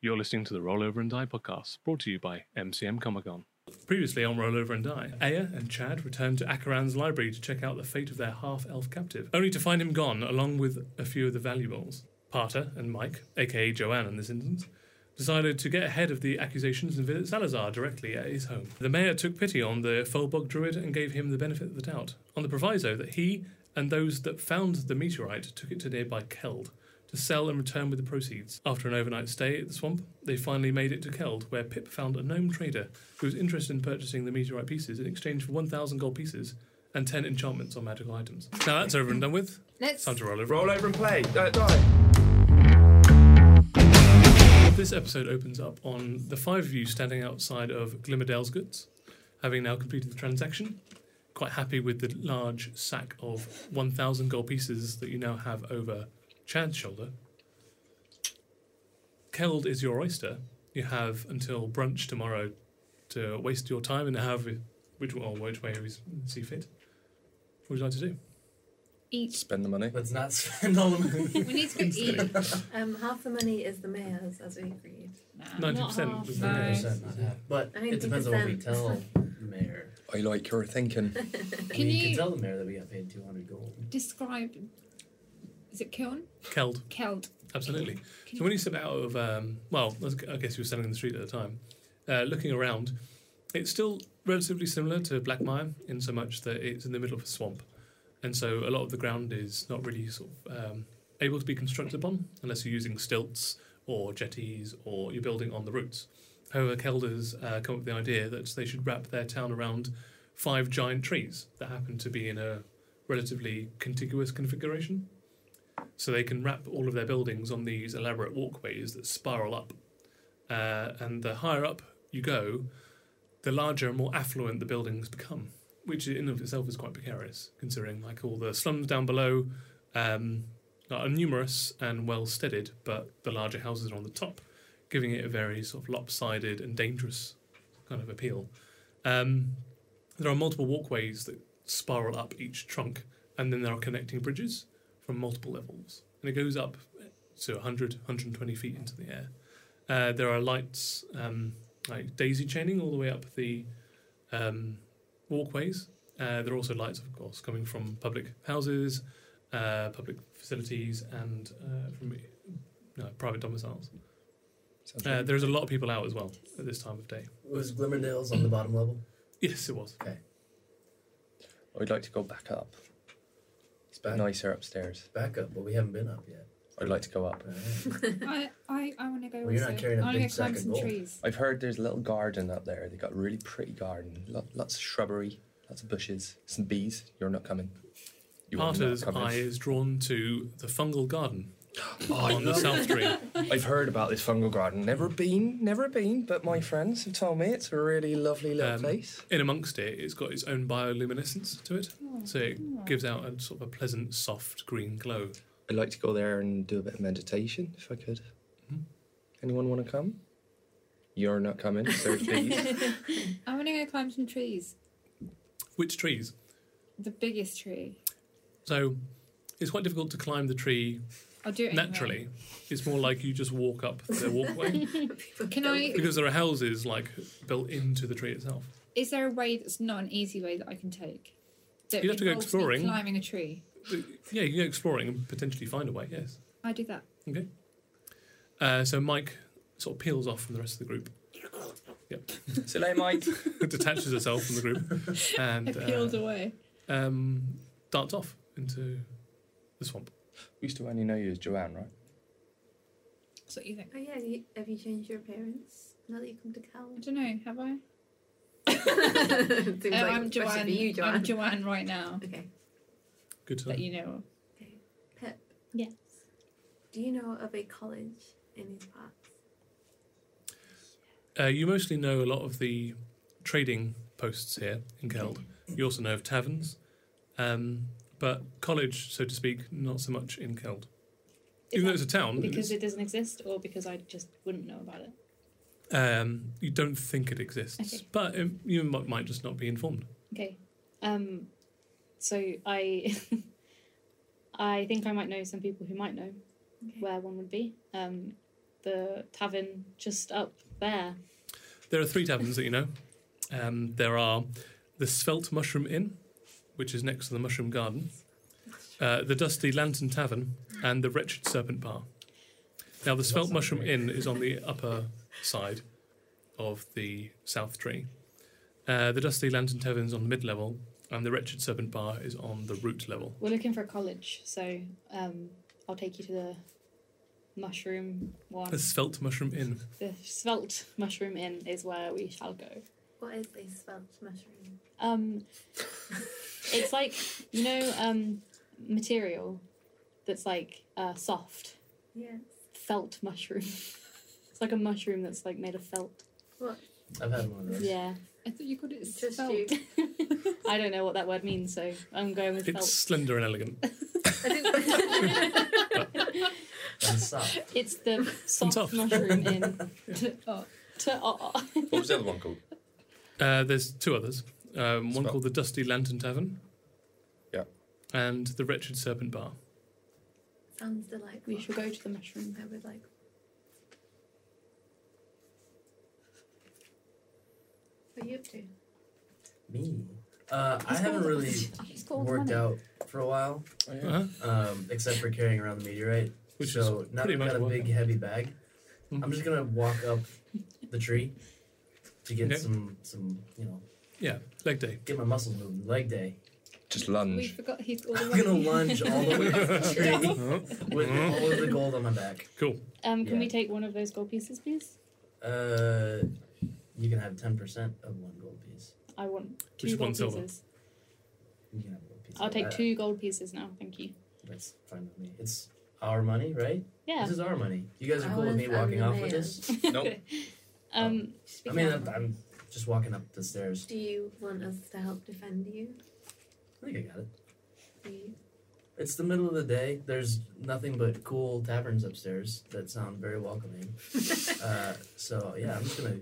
You're listening to the Rollover and Die podcast, brought to you by MCM Comic Con. Previously on Rollover and Die, Aya and Chad returned to Akaran's library to check out the fate of their half elf captive, only to find him gone along with a few of the valuables. Parter and Mike, aka Joanne in this instance, decided to get ahead of the accusations and visit Salazar directly at his home. The mayor took pity on the Folbog druid and gave him the benefit of the doubt, on the proviso that he and those that found the meteorite took it to nearby Keld to sell and return with the proceeds. After an overnight stay at the swamp, they finally made it to Keld, where Pip found a gnome trader who was interested in purchasing the meteorite pieces in exchange for 1,000 gold pieces and 10 enchantments on magical items. Now that's over and done with. Let's. Time to roll over. Roll over and play. Uh, die. This episode opens up on the five of you standing outside of Glimmerdale's goods, having now completed the transaction, quite happy with the large sack of 1,000 gold pieces that you now have over Chad's shoulder. Keld is your oyster. You have until brunch tomorrow to waste your time and have which, or which way you see fit. What would you like to do? Eat. Spend the money. Let's not spend all the money. We need to go eat. Um, half the money is the mayor's, as we agreed. 90% half, was no. the- Nice. But I mean, it depends on what we 50%. tell the mayor. I like your thinking. I Can mean, you- can tell the mayor that we got paid 200 gold. Describe. Is it kiln? Keld. Keld. Absolutely. Can So when you step out of, um, well, I was- I guess you were standing in the street at the time, uh, looking around, it's still relatively similar to Blackmire in so much that it's in the middle of a swamp, and so a lot of the ground is not really sort of um, able to be constructed upon unless you're using stilts or jetties or you're building on the roots. However, Kelders uh, come up with the idea that they should wrap their town around five giant trees that happen to be in a relatively contiguous configuration so they can wrap all of their buildings on these elaborate walkways that spiral up. Uh, and the higher up you go, the larger and more affluent the buildings become, which in and of itself is quite precarious, considering like all the slums down below um, are numerous and well steadied, but the larger houses are on the top, giving it a very sort of lopsided and dangerous kind of appeal. Um, there are multiple walkways that spiral up each trunk, and then there are connecting bridges from multiple levels. And it goes up to 100, 120 feet into the air. Uh, there are lights, um, like daisy chaining all the way up the um, walkways. Uh, there are also lights, of course, coming from public houses, uh, public facilities, and uh, from no, private domiciles. Sounds Uh, like- there's a lot of people out as well at this time of day. Was Glimmerdale's on the bottom level? Yes, it was. I'd like to go back up. It's uh, Back- nicer upstairs. Back up, but we haven't been up yet. I'd like to go up. Alright. I, I, I want to go. Well, you're not also. carrying a I wanna big go sack climb of some gold. trees. I've heard there's a little garden up there. They got a really pretty garden. Lo- lots of shrubbery, lots of bushes, some bees. You're not coming. You are not Parter's coming. eye is drawn to the fungal garden Oh, I on the love- south tree. I've heard about this fungal garden. Never been, never been, but my friends have told me it's a really lovely little Um, place. in amongst it, it's got its own bioluminescence to it, so it gives out a sort of a pleasant, soft green glow. I'd like to go there and do a bit of meditation if I could. Mm-hmm. Anyone want to come? You're not coming. There's bees. I want to go climb some trees. Which trees? The biggest tree. So it's quite difficult to climb the tree I'll do it anyway. naturally. It's more like you just walk up the walkway Can I? because there are houses like built into the tree itself. Is there a way that's not an easy way that I can take? That You'd have to go involves me exploring. Climbing a tree. Yeah, you go exploring and potentially find a way. Yes. I do that. Okay. Uh, so Mike sort of peels off from the rest of the group, so, lay Mike. detaches herself from the group, and peeled uh, away. um, darts off into the swamp. Used to only know you as Joanne, right? That's what you think. Oh, yeah. You, have you changed your appearance now that you come to I don't know. Have I? Cal? Seems Oh, like I'm it's supposed to Joanne. be you, I'm Joanne. Joanne right now. okay. Good to know. That you know. of. Pip, Yes. do you know of a college in these parts? Uh, you mostly know a lot of the trading posts here in Keld. Mm-hmm. You also know of taverns, um, but college, so to speak, not so much in Keld. Is Even though it's that a town, because it doesn't exist, or because I just wouldn't know about it. um, you don't think it exists, Okay. but um, you might, might just not be informed. Okay. Um, so I, I think I might know some people who might know Okay. where one would be. Um, the tavern just up there. There are three taverns that you know. Um, there are the Svelte Mushroom Inn, which is next to the Mushroom Garden, uh, the Dusty Lantern Tavern, and the Wretched Serpent Bar. Now, the Svelte sounds Mushroom great. Inn is on the upper side of the South Tree. Uh, the Dusty Lantern Tavern is on the mid level, and the Wretched Serpent Bar is on the root level. We're looking for a college, so um, I'll take you to the mushroom one. The Svelte Mushroom Inn. The Svelte Mushroom Inn is where we shall go. What is a spelt mushroom? Um, it's like you know um, material that's like uh, soft Yes. felt mushroom. it's like a mushroom that's like made of felt. I've had one of those. Yeah, I thought you called it Just spelt. you. I don't know what that word means, so I'm going with It's slender and elegant. I didn't. felt. And soft. it's the soft, soft. mushroom in. Oh, To, oh, oh. What was the other one called? Uh, there's two others um, one Svelte. called the Dusty Lantern Tavern. Yeah. And the Wretched Serpent Bar. Sounds delightful. We shall go to the mushroom. I would like. What are you up to? Me. Uh, I haven't really It's called worked honey. out for a while, Oh, yeah. Uh-huh. um, except for carrying around the meteorite. Which is so now that pretty I've much got a what- big heavy bag, Mhm. I'm just gonna walk up the tree to get Okay. some some you know Yeah, leg day. get my muscles moving. Leg day. Just we lunge. forgot he's all the I'm way. gonna lunge all the way up the tree with Mhm. all of the gold on my back. Cool. Um, can we Yeah. take one of those gold pieces, please? Uh, you can have ten percent of one gold piece. I want two Just gold one silver. pieces. You can have a gold piece. I'll of take Uh, that. two gold pieces now, thank you. That's fine with me. It's our money, right? Yeah. This is our money. You guys are I cool with was- me I'm walking the off with man. this. Nope. um, I Speak mean, out. I'm, I'm just walking up the stairs. Do you want us to help defend you? I think I got it. Do you? It's the middle of the day. There's nothing but cool taverns upstairs that sound very welcoming. uh, so yeah, I'm just gonna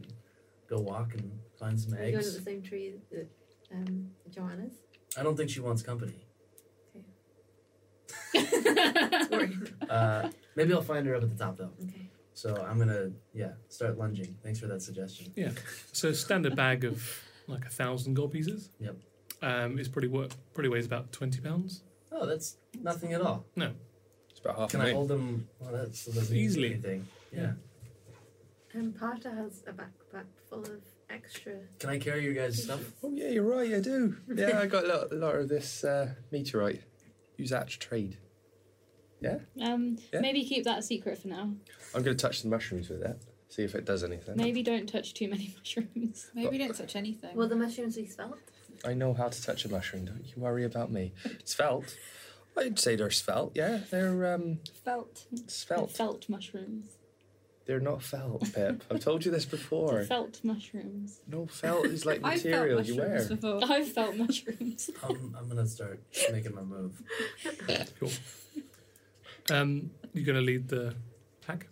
go walk and find some Are you going to eggs. the same tree that um, Joanna's? I don't think she wants company. okay. Uh, maybe I'll find her up at the top though. So I'm gonna yeah start lunging. Thanks for that suggestion. So standard bag of like a thousand gold pieces. Yep. Um, is pretty work pretty weighs about twenty pounds. Oh, that's nothing at all. It's about half Can a I million. hold them? Well, that still doesn't mean Easily. anything. Yeah. Yeah. And Parta has a backpack full of extra. Can I carry your guys' stuff? Oh yeah, you're right. I do. Yeah, I got a lot, a lot of this uh, meteorite. Use that to trade. um, Yeah. Maybe keep that a secret for now. I'm going to touch the mushrooms with that. See if it does anything. Maybe don't touch too many mushrooms. Maybe don't touch anything. Well, the mushrooms we spelt. I know how to touch a mushroom. Don't you worry about me. Svelte. I'd say they're svelte. Yeah, they're um, felt. svelte. Felt mushrooms. They're not felt, Pip. I've told you this before. Felt mushrooms. No felt is like I felt material you mushrooms wear. before. I've felt mushrooms. Um, I'm, I'm gonna start making my move. Um, you're going to lead the pack,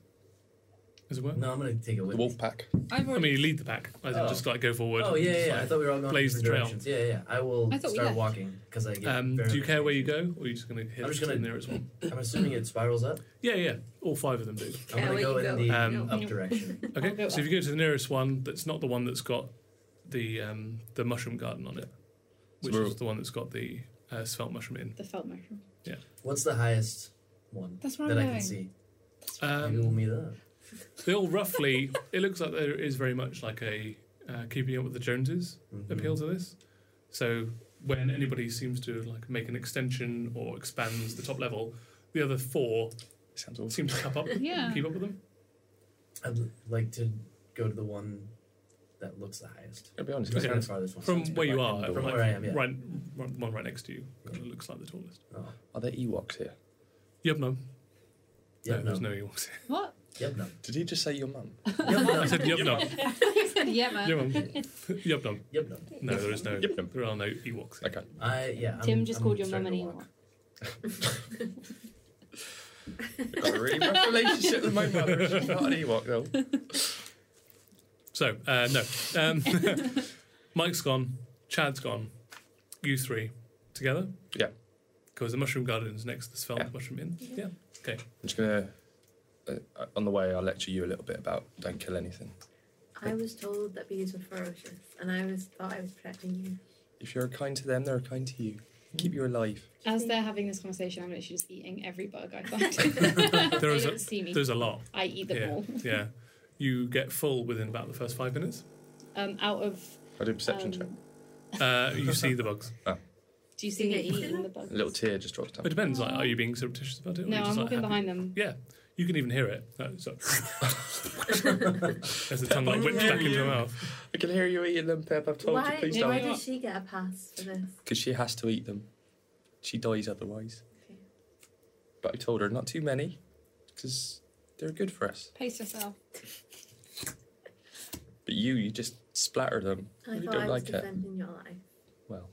as it were. No, I'm gonna take it The with me. wolf pack. I've I already. mean, you lead the pack. I Oh. just like go forward. Oh yeah, yeah. Just, yeah. I like, thought we were all going blaze different the trail. directions. Yeah, yeah, yeah. I will I thought we start left. walking because I get. um, very do you care where you impatient. go, or are you just going to hit I'm just the gonna- nearest one? I'm assuming it spirals up. Yeah, yeah. All five of them do. I'm Care gonna where go you in go. the Um, up No. direction. Okay. go So if up. you go to the nearest one, that's not the one that's got the um, the mushroom garden on it, which we're- is the one that's got the uh, svelte mushroom in. The felt mushroom. What's the highest one That's what that I I'm can doing. see? Um, Maybe we'll meet up. They all roughly. it looks like there is very much like a uh, keeping up with the Joneses Mhm. appeal to this. So when anybody seems to like make an extension or expands the top level, the other four Sounds awful. seem to cap up, Yeah. keep up with them. I'd l- like to go to the one that looks the highest. I'll be honest. Okay. it sounds- That's the farthest one. From sounds where good. you like are, indoor. From like, where I am, yeah. right, right, the one right next to you, kinda looks like the tallest. Oh. Are there Ewoks here? Yep, no, no, Yep, no. there's no Ewoks. What? Yep, no. Did he just say your mum? Yep, no. I said yep, no, yeah, man. yep, no, yep, no. Yep, no. No, there is no. Yep, no. There are no Ewoks. Okay. I yeah. I'm- Tim just I'm called your mum starting an to Ewok. walk. I've got a really rough relationship with my mother. She's not an Ewok though. So uh, no, um, Mike's gone, Chad's gone, you three together. Yeah. because the mushroom garden is next to the Svelte Yeah. mushroom inn. Yeah. Okay. I'm just gonna uh, on the way, I'll lecture you a little bit about don't kill anything. I was told that bees were ferocious, and I was thought I was protecting you. If you're kind to them, they're kind to you. Keep you alive. As they're having this conversation, I'm literally just eating every bug I find. There they is a- don't see me. There's a lot. I eat them yeah, all. yeah. You get full within about the first five minutes. Um, out of. I do a perception check. um, Uh, you see the bugs. Do you see You me get eaten? eating the bugs? A little tear just drops down. It depends. Like, are you being surreptitious about it? or No, are you just, I'm like, walking happy? behind them. Yeah, you can even hear it. Uh, so- As the tongue like whips back into your mouth. I can hear you eating them, Pep. I've told why you, please Yeah, why don't. don't. does she get a pass for this? Because she has to eat them. She dies otherwise. Okay. But I told her not too many, because they're good for us. Pace yourself. But you, you just splatter them. I you thought I don't was like it. defending your life. Well, Uh-huh.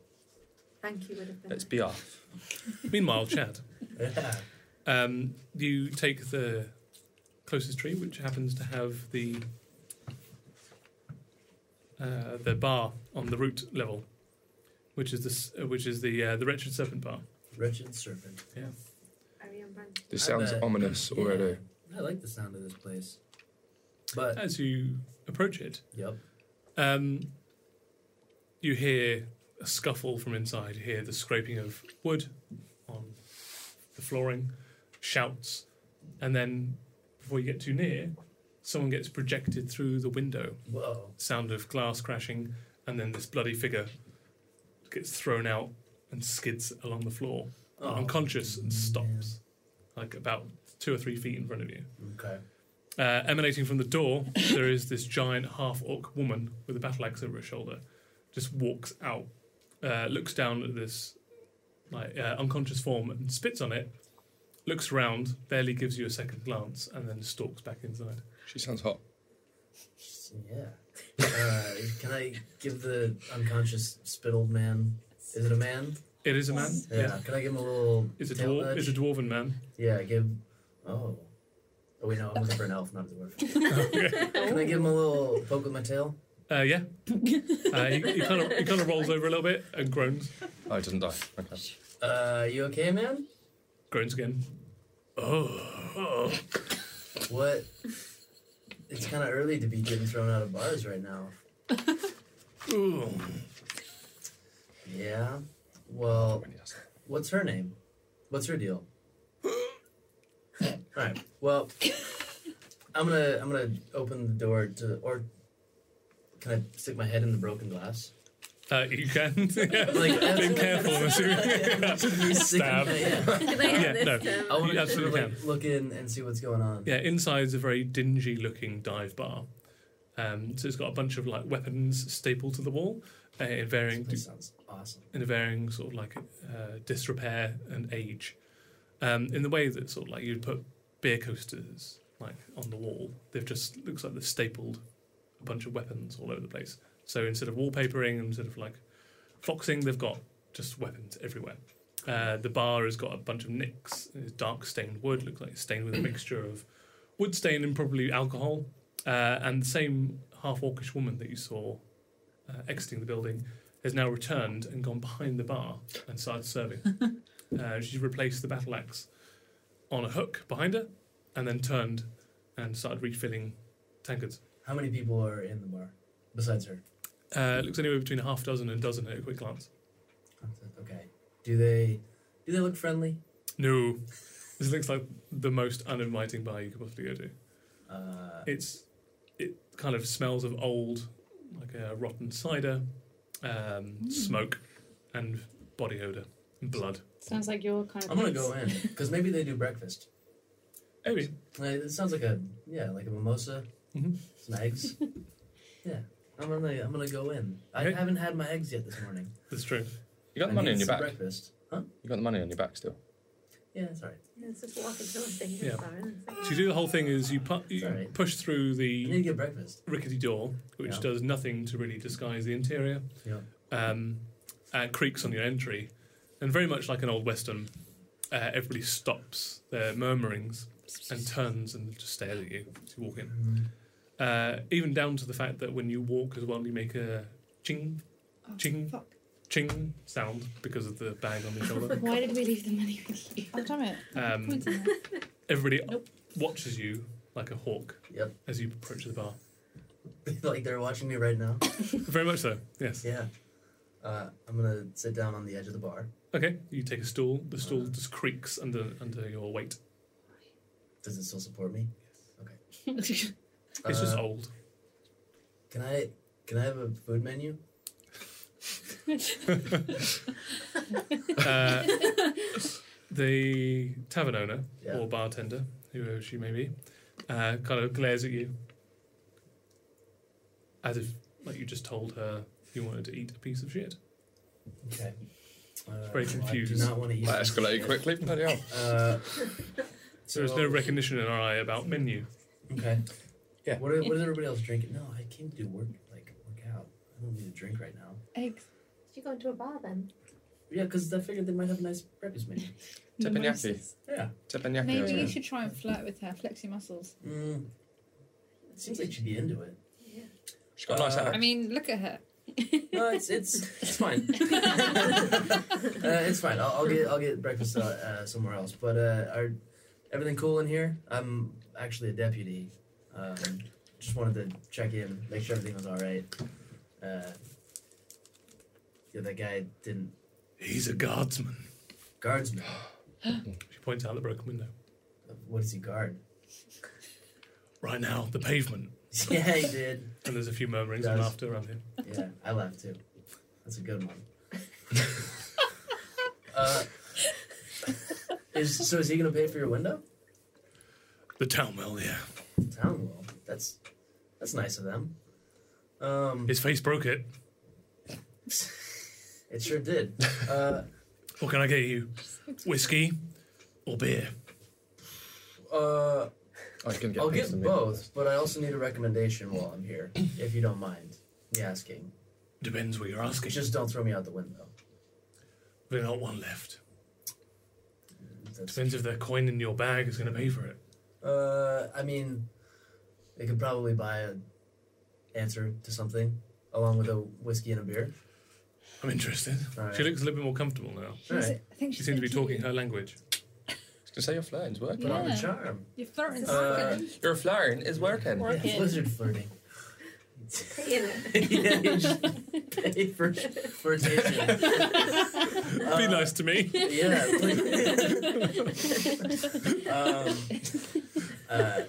Thank you would have been. let's be off. Meanwhile, Chad, Yeah. um, you take the closest tree, which happens to have the uh, the bar on the root level, which is the s- uh, which is the uh, the wretched serpent bar. Wretched serpent. Very unbranded. This I sounds bet. ominous Yeah. already. I like the sound of this place. But As you approach it, yep. Um, you hear a scuffle from inside. You hear the scraping of wood on the flooring, shouts, and then before you get too near, someone gets projected through the window. Whoa. Sound of glass crashing, and then this bloody figure gets thrown out and skids along the floor, Oh, unconscious, and stops like about two or three feet in front of you. Okay. Uh, emanating from the door, there is this giant half orc woman with a battle axe over her shoulder. Just walks out, uh, looks down at this like uh, unconscious form and spits on it. Looks around, barely gives you a second glance, and then stalks back inside. She sounds hot. Yeah. Uh, can I give the unconscious spittled man? Is it a man? It is a man. Yeah. Can I give him a little? Is a tail dwar- nudge? is a dwarven man. Yeah. Give. Oh. Oh wait, no. I'm looking for an elf, not a dwarf. Can I give him a little poke with my tail? Uh, yeah, uh, he, he kind of he kind of rolls over a little bit and groans, Oh, it doesn't die. Okay. Uh, you okay, man? groans again. Oh, What? It's kind of early to be getting thrown out of bars right now. Ooh. Yeah. Well, When he does that. What's her name? What's her deal? All right. Well, I'm gonna I'm gonna open the door to or can I stick my head in the broken glass? Uh, you can. Like Being careful, I'm assuming. Stab. Yeah. Can I have Yeah, this? no. I Um, want You to sort of absolutely like look in and see what's going on. Yeah, inside's a very dingy looking dive bar. Um, so it's got a bunch of like weapons stapled to the wall uh, in This varying place sounds awesome. in a varying sort of like uh, disrepair and age. Um, in the way that sort of like you'd put beer coasters like on the wall, they've just looks like they've stapled a bunch of weapons all over the place. So instead of wallpapering, instead of like foxing, they've got just weapons everywhere. Uh, the bar has got a bunch of nicks. It's dark stained wood, looks like it's stained with a mixture of wood stain and probably alcohol. Uh, and the same half orcish woman that you saw uh, exiting the building has now returned and gone behind the bar and started serving. uh, she's replaced the battle axe on a hook behind her and then turned and started refilling tankards. How many people are in the bar besides her? Uh, looks anywhere between a half dozen and a dozen at a quick glance. Okay. Do they do they look friendly? No, this looks like the most uninviting bar you could possibly go to. Uh, It's it kind of smells of old, like a rotten cider, um, smoke, and body odor and blood. Sounds like your kind of I'm gonna place. go in because maybe they do breakfast. Oh, Anyway, Like, it sounds like a yeah, like a mimosa, Mm-hmm. Mhm. some eggs. yeah, I'm gonna I'm gonna go in. I Okay. haven't had my eggs yet this morning. that's true. You got I the money need on your some back. Breakfast, huh? You got the money on your back still. Yeah, it's alright. It's just walk into a thing. Yeah. Yeah. So you do the whole thing is you, pu- you Sorry. push through You the need to get breakfast. rickety door, which Yeah. does nothing to really disguise the interior, Yeah. um, uh, creaks on your entry, and very much like an old western, uh, everybody stops their murmurings and turns and just stares at you as you walk in. Uh, even down to the fact that when you walk as well, you make a ching, Oh, ching, fuck. ching sound because of the bag on your shoulder. Why did we leave the money with you? Oh, damn it. Um, Pointing at- everybody Nope. watches you like a hawk Yep. as you approach the bar. like they're watching me right now. Very much so. Yes. Yeah. Uh, I'm gonna sit down on the edge of the bar. Okay. You take a stool. The stool just creaks under under your weight. Does it still support me? It's just Uh, old. Can I can I have a food menu? Uh, the tavern owner Yeah. or bartender, whoever she may be, uh, kind of glares at you as if like you just told her you wanted to eat a piece of shit. Okay. Uh, very I confused. do not want to eat. That this escalated shit. quickly. Bloody hell. Uh, So there's no recognition in our eye about menu. Okay. Yeah. What, are, what is everybody else drinking? No, I came to do work, like work out. I don't need a drink right now. Eggs. Did you go into a bar then? Yeah, because I figured they might have a nice breakfast menu. Teppanyaki. mimosas. Yeah. Teppanyaki. Maybe yeah. you should try and flirt with her, flex your muscles. Mm, it seems like she'd be into it. Yeah. She's got a nice Uh, I hat. mean, look at her. No, it's it's it's fine. uh, it's fine. I'll, I'll get I'll get breakfast uh, uh, somewhere else. But uh, are everything cool in here? I'm actually a deputy. Um, just wanted to check in, make sure everything was all right. Uh, yeah, that guy didn't He's a guardsman. guards me. She points out the broken window. What does he guard? Right now, the pavement. yeah, he did. And there's a few murmurings and Does. laughter around here. Yeah, I laughed too. That's a good one. uh, is, so is he gonna pay for your window? The town well, yeah. Town will. Oh, That's that's nice of them. Um, His face broke it. it sure did. Uh, What can I get you? Whiskey or beer? uh, Oh, you can get I'll paid get something. both, but I also need a recommendation while I'm here, if you don't mind me asking. Depends what you're asking. Just don't throw me out the window. There's not one left. That's, Depends if their coin in your bag is going to pay for it. uh, I mean, they could probably buy an answer to something along with a whiskey and a beer. I'm interested. All right. She looks a little bit more comfortable now. All She's- right. I think She she's seems to be so cute. talking her language. I was gonna say your flirting's working. Put on the Yeah. charm. You're flirting. Uh, Your flirting is working. Yeah, Working. blizzard flirting. Hey, in it. yeah, you just pay for flirtation. Be nice to me. Yeah. please. um, uh,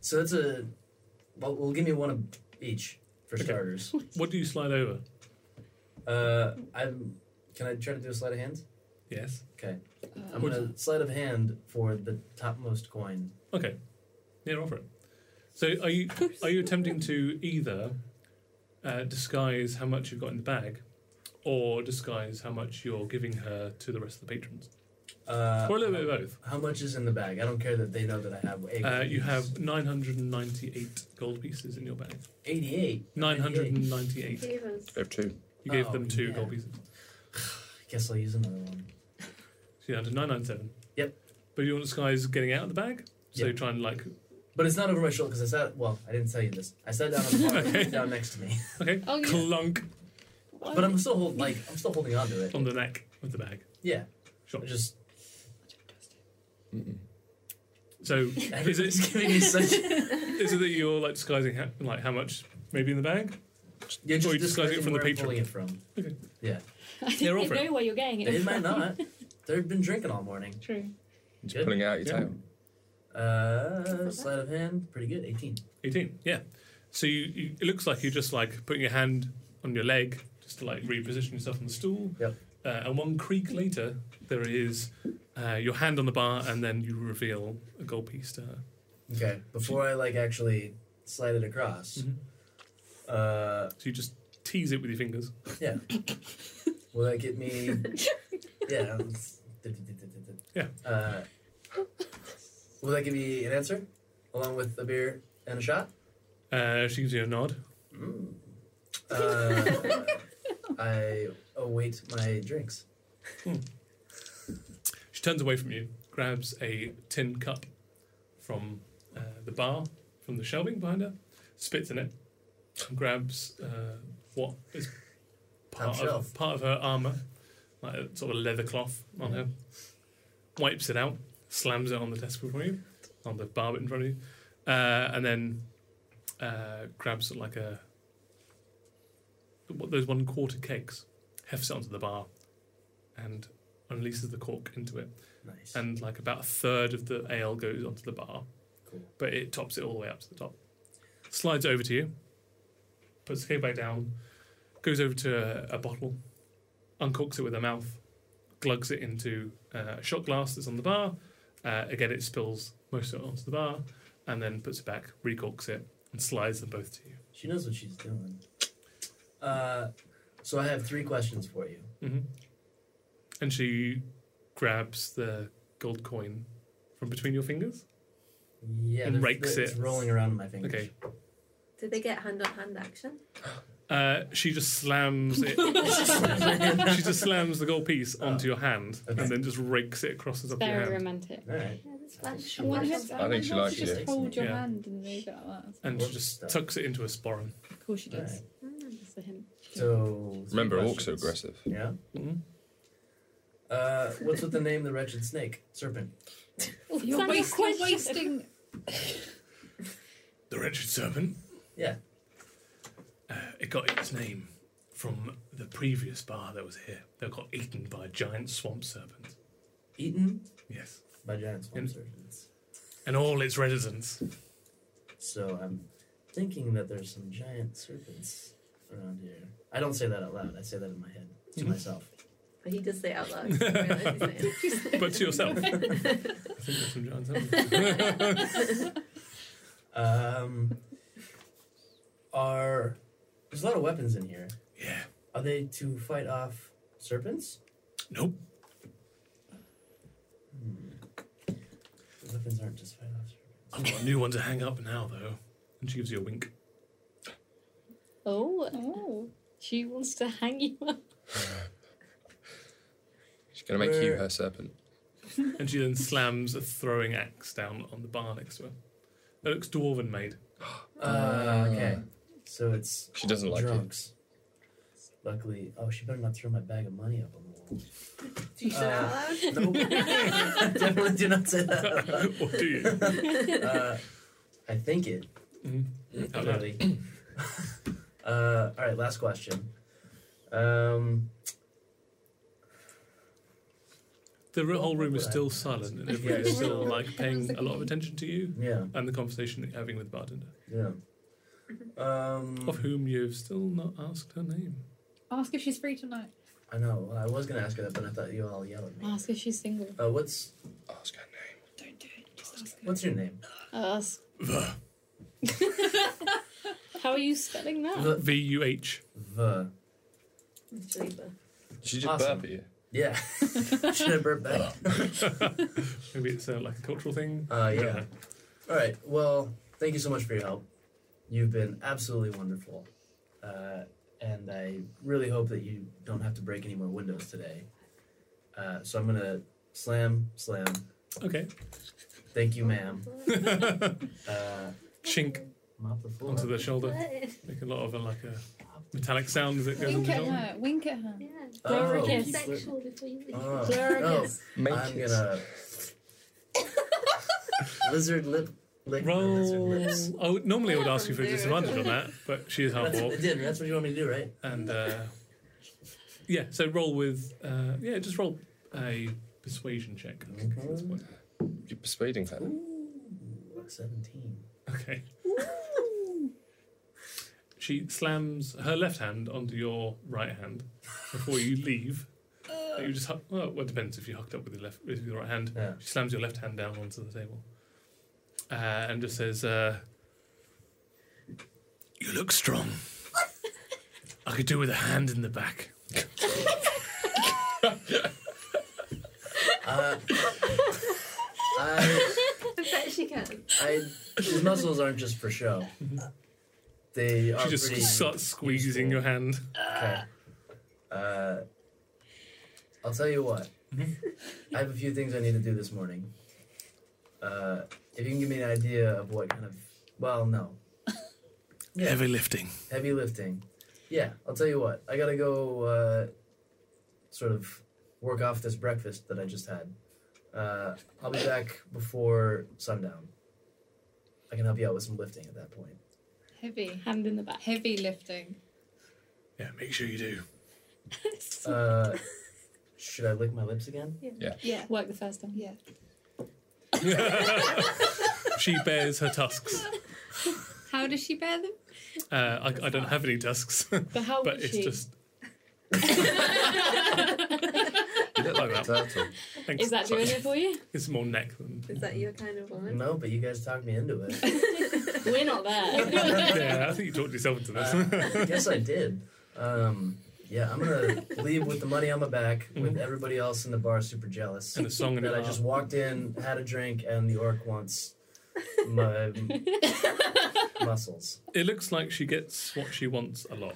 so that's a. Well, we'll give me one of each for Okay. starters. What do you slide over? Uh, I'm. Can I try to do a sleight of hand? Yes. Okay. I'm Would- gonna sleight of hand for the topmost coin. Okay. Yeah, offer it. So are you are you attempting to either uh, disguise how much you've got in the bag, or disguise how much you're giving her to the rest of the patrons, Uh, or a little bit of both? How much is in the bag? I don't care that they know that I have. eight Uh, you coins. have 998 gold pieces in your bag. eighty-eight. 998. Gave us- We have two. You gave Oh, them two yeah. gold pieces. I guess I'll use another one. So you're down to 997. Yep. But you want this guy's getting out of the bag? So Yep. you try and like. But it's not over my shoulder because I sat. Well, I didn't tell you this. I sat down on the bar Okay. down next to me. Okay. Oh, yeah. Clunk But I'm still holding. Like I'm still holding on to it. on the neck of the bag. Yeah. Sure. I Just Mm-mm. So is everybody's it giving me such. is it that you're like disguising how, like how much maybe in the bag? You're Or you disguise it disguising from the where I'm patron. pulling it from. I think They're they offering. know where you're getting it. They might not. They've been drinking all morning. True. Just Good. pulling out your Yeah. tail. Uh, sleight of hand, pretty good. 18. 18. Yeah. So you, you, it looks like you're just like putting your hand on your leg just to like reposition yourself on the stool. Yep. Uh, and one creak later, there is uh, your hand on the bar, and then you reveal a gold piece to her. Okay. Before I like actually slide it across. Mhm. Uh, So you just tease it with your fingers. yeah. Will that get me? yeah. it's- Yeah. Uh, will that give me an answer, along with a beer and a shot? Uh, she gives you a nod. Mm. Uh, I await my drinks. She turns away from you, grabs a tin cup from uh, the bar, from the shelving behind her, spits in it, and grabs uh, what is part Top of, shelf. part of her armour, like a sort of leather cloth on her, wipes it out, slams it on the desk before you, on the bar in front of you, uh, and then uh, grabs like a what those one quarter cakes, hefts it onto the bar, and unleashes the cork into it, Nice. and like about a third of the ale goes onto the bar, Cool. but it tops it all the way up to the top. Slides over to you, puts the cake back down, goes over to a, a bottle, uncorks it with her mouth, glugs it into uh, a shot glass that's on the bar. Uh, again, it spills most of it onto the bar, and then puts it back, recorks it, and slides them both to you. She knows what she's doing. Uh, so I have three questions for you. hmm And she grabs the gold coin from between your fingers. Yeah, And they're- rakes they're- it. It's rolling around in my fingers. Okay. Did they get hand on hand action? Uh, she just slams it. she just slams the gold piece onto your hand Okay. and then just rakes it across the top of your Very hand. romantic. All right. Yeah, that's fine. flash. One One I think she likes just it. hold your Yeah. hand and move it like that. And she just tucks it into a sporran. Of course she All does. right. That's the hint. So three Remember, orcs are questions. aggressive. Yeah. Mhm. Uh, what's with the name of the wretched snake? Serpent. Oh, You're, Sandra, waste- you're question. wasting. The wretched serpent. Yeah. Uh, it got its name from the previous bar that was here. They got eaten by a giant swamp serpent. Eaten Yes. by giant swamp And- serpents. And all its residents. So I'm thinking that there's some giant serpents around here. I don't say that out loud. I say that in my head to Mhm. myself. But he does say out loud. so I realise he's saying it. But to yourself. I think there's some giant serpents. Um, are there's a lot of weapons in here? Yeah. Are they to fight off serpents? Nope. The weapons aren't just fight off serpents. I've got a new one to hang up now, though. And she gives you a wink. Oh, Oh. she wants to hang you up. She's gonna make you Where- her serpent. And she then slams a throwing axe down on the bar next to her. It looks dwarven made. Uh, okay, so it's She doesn't like you. drunks. Luckily, oh, she better not throw my bag of money up on the wall. Do you say that out loud? No, definitely do not say that. out loud. or do you? Uh, I think it. Mhm. Out loud. Really. uh, all right, last question. Um, The r- whole room is still silent, and everyone is still like paying a lot of attention to you yeah, and the conversation that you're having with the bartender, yeah. Um, of whom you've still not asked her name. Ask if she's free tonight. I know. I was gonna ask her that, but I thought you all yelled at me. Ask if she's single. Uh, what's Ask her name. Don't do it. Just ask her. what's your name? Uh, ask. How are you spelling that? The, V U H. the. Uh, Shaliba. She just Awesome. burp at you. Yeah. Should I burp back? Maybe it's uh, like a cultural thing. Uh, I don't yeah. know. All right. Well, thank you so much for your help. You've been absolutely wonderful, uh, and I really hope that you don't have to break any more windows today. Uh, so I'm gonna slam, slam. Okay. Thank you, ma'am. Uh, Chink mop the floor. onto the shoulder. Make a lot of a, like a metallic sound as it goes on Wink the at shoulder. her. Wink at her. Yeah. Oh. Glory kiss. Sexual before you leave. Oh, no. Glorious. Make I'm it. gonna lizard lip. Lick the lizard Roll. lips. Oh, normally I would ask you for a Dude. disadvantage on that, but she is half That's, orc. it did, that's what you want me to do, right? and uh, yeah, so roll with uh, yeah, just roll a persuasion check. I think, at this point. You're persuading her. Ooh, 17. Okay. She slams her left hand onto your right hand before you leave. you just hu- well, well, it depends if you hooked up with your left with your right hand. Yeah. She slams your left hand down onto the table uh, and just says, uh, "You look strong. I could do with a hand in the back." Uh, I, I bet she can. I, his muscles aren't just for show. They are She just pretty starts squeezing your useful. hand. Okay. Uh, I'll tell you what. I have a few things I need to do this morning. Uh, if you can give me an idea of what kind of, well, no, Yeah. Heavy lifting. heavy lifting. Yeah, I'll tell you what. I gotta go, uh, sort of work off this breakfast that I just had. Uh, I'll be back before sundown. I can help you out with some lifting at that point. Heavy. Hand in the back. Heavy lifting. Yeah, make sure you do. Uh, should I lick my lips again? Yeah. Work the first time. Yeah. she bears her tusks. How does she bear them? Uh, I, I don't have any tusks, But how but would it's she? just You look like a Like turtle. thanks. Is that doing it for you? It's more neck than. Is that your kind of woman? No, but you guys talked me into it. We're not there. yeah, I think you talked yourself into this. Uh, yes, I did. Um, yeah, I'm gonna leave with the money on my back, with everybody else in the bar super jealous. Mm-hmm. and a song and that a I just walked in, had a drink, and the orc wants my muscles. It looks like she gets what she wants a lot.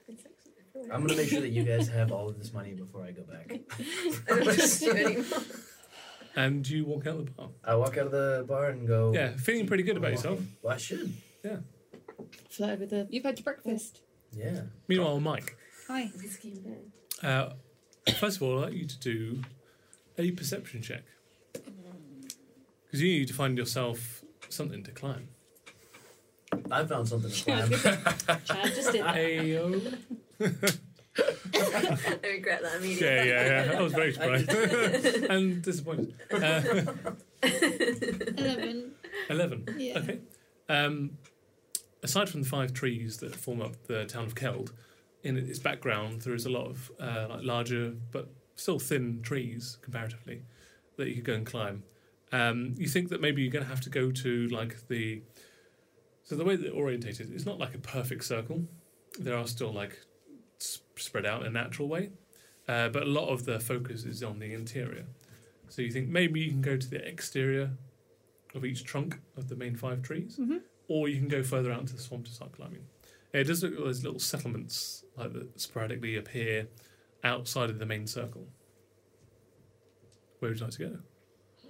Having sex with everyone. I'm gonna make sure that you guys have all of this money before I go back. I don't trust you anymore. And you walk out the bar. I walk out of the bar and go. Yeah, feeling pretty good about yourself. Well, I should. Flirt with the You've had your breakfast. Yeah. Meanwhile, Mike, Hi. Whiskey and beer. uh, first of all, I'd like you to do a perception check. Because you need to find yourself something to climb. I found something to climb. Chad just did. that. Ayo. I regret that immediately. Yeah, yeah, yeah. I was very surprised and disappointed. Uh, Eleven. 11. Yeah. Okay. Um, aside from the five trees that form up the town of Keld, in its background there is a lot of uh, like larger but still thin trees comparatively that you could go and climb. Um, you think that maybe you're going to have to go to like the so the way that they're orientated, it's not like a perfect circle. There are still like s- spread out in a natural way, uh, but a lot of the focus is on the interior. So you think maybe you can go to the exterior of each trunk of the main five trees, Mhm. or you can go further out into the swamp to start climbing. It does look like there's little settlements like that sporadically appear outside of the main circle. Where would you like to go?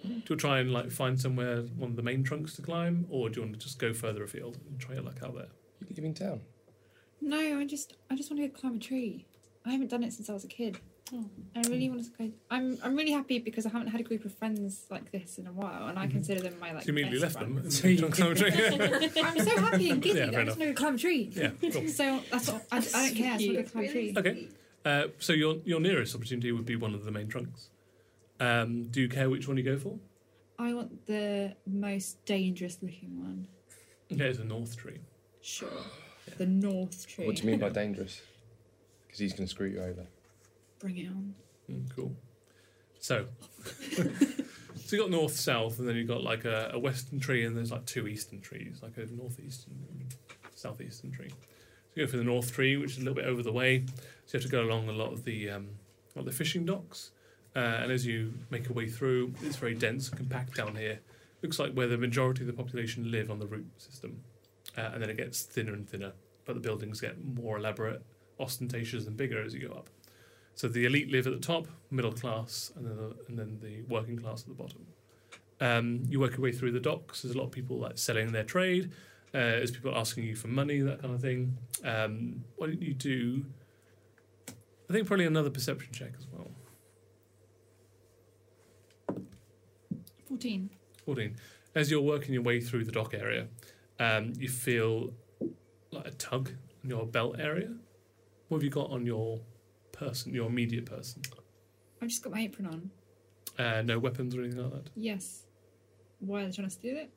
Do you try and like find somewhere one of the main trunks to climb, or do you want to just go further afield and try your luck out there? You're leaving town. No, I just I just want to go climb a tree. I haven't done it since I was a kid. Oh. I really want to go. I'm I'm really happy because I haven't had a group of friends like this in a while, and I consider them my like. so you immediately left best them. friends. and you don't climb a tree. I'm so happy and giddy. Yeah, that fair I just want to go climb a tree. yeah, cool. So that's what I, I don't care. I just want to go climb a tree. Okay. Uh, so your your nearest opportunity would be one of the main trunks. Um, do you care which one you go for? I want the most dangerous looking one. Mm. Yeah, it's a north tree. Sure. The North Tree. What do you mean by dangerous? Because he's going to screw you over. Bring it on. Mm, cool. So, so you got north, south, and then you've got like a, a western tree, and there's like two eastern trees, like a northeastern and southeastern tree. So you go for the north tree, which is a little bit over the way. So you have to go along a lot of the um, lot of the fishing docks, uh, and as you make your way through, it's very dense and compact down here. Looks like where the majority of the population live on the root system, uh, and then it gets thinner and thinner. But the buildings get more elaborate, ostentatious, and bigger as you go up. So the elite live at the top, middle class, and then the, and then the working class at the bottom. Um, you work your way through the docks. There's a lot of people like selling their trade. Uh, there's people asking you for money, that kind of thing. Um, why don't you do? I think probably another perception check as well. 14. Claudine, as you're working your way through the dock area, um, you feel like a tug in your belt area. What have you got on your person, your immediate person? I've just got my apron on. Uh, no weapons or anything like that. Yes. Why are they trying to steal it?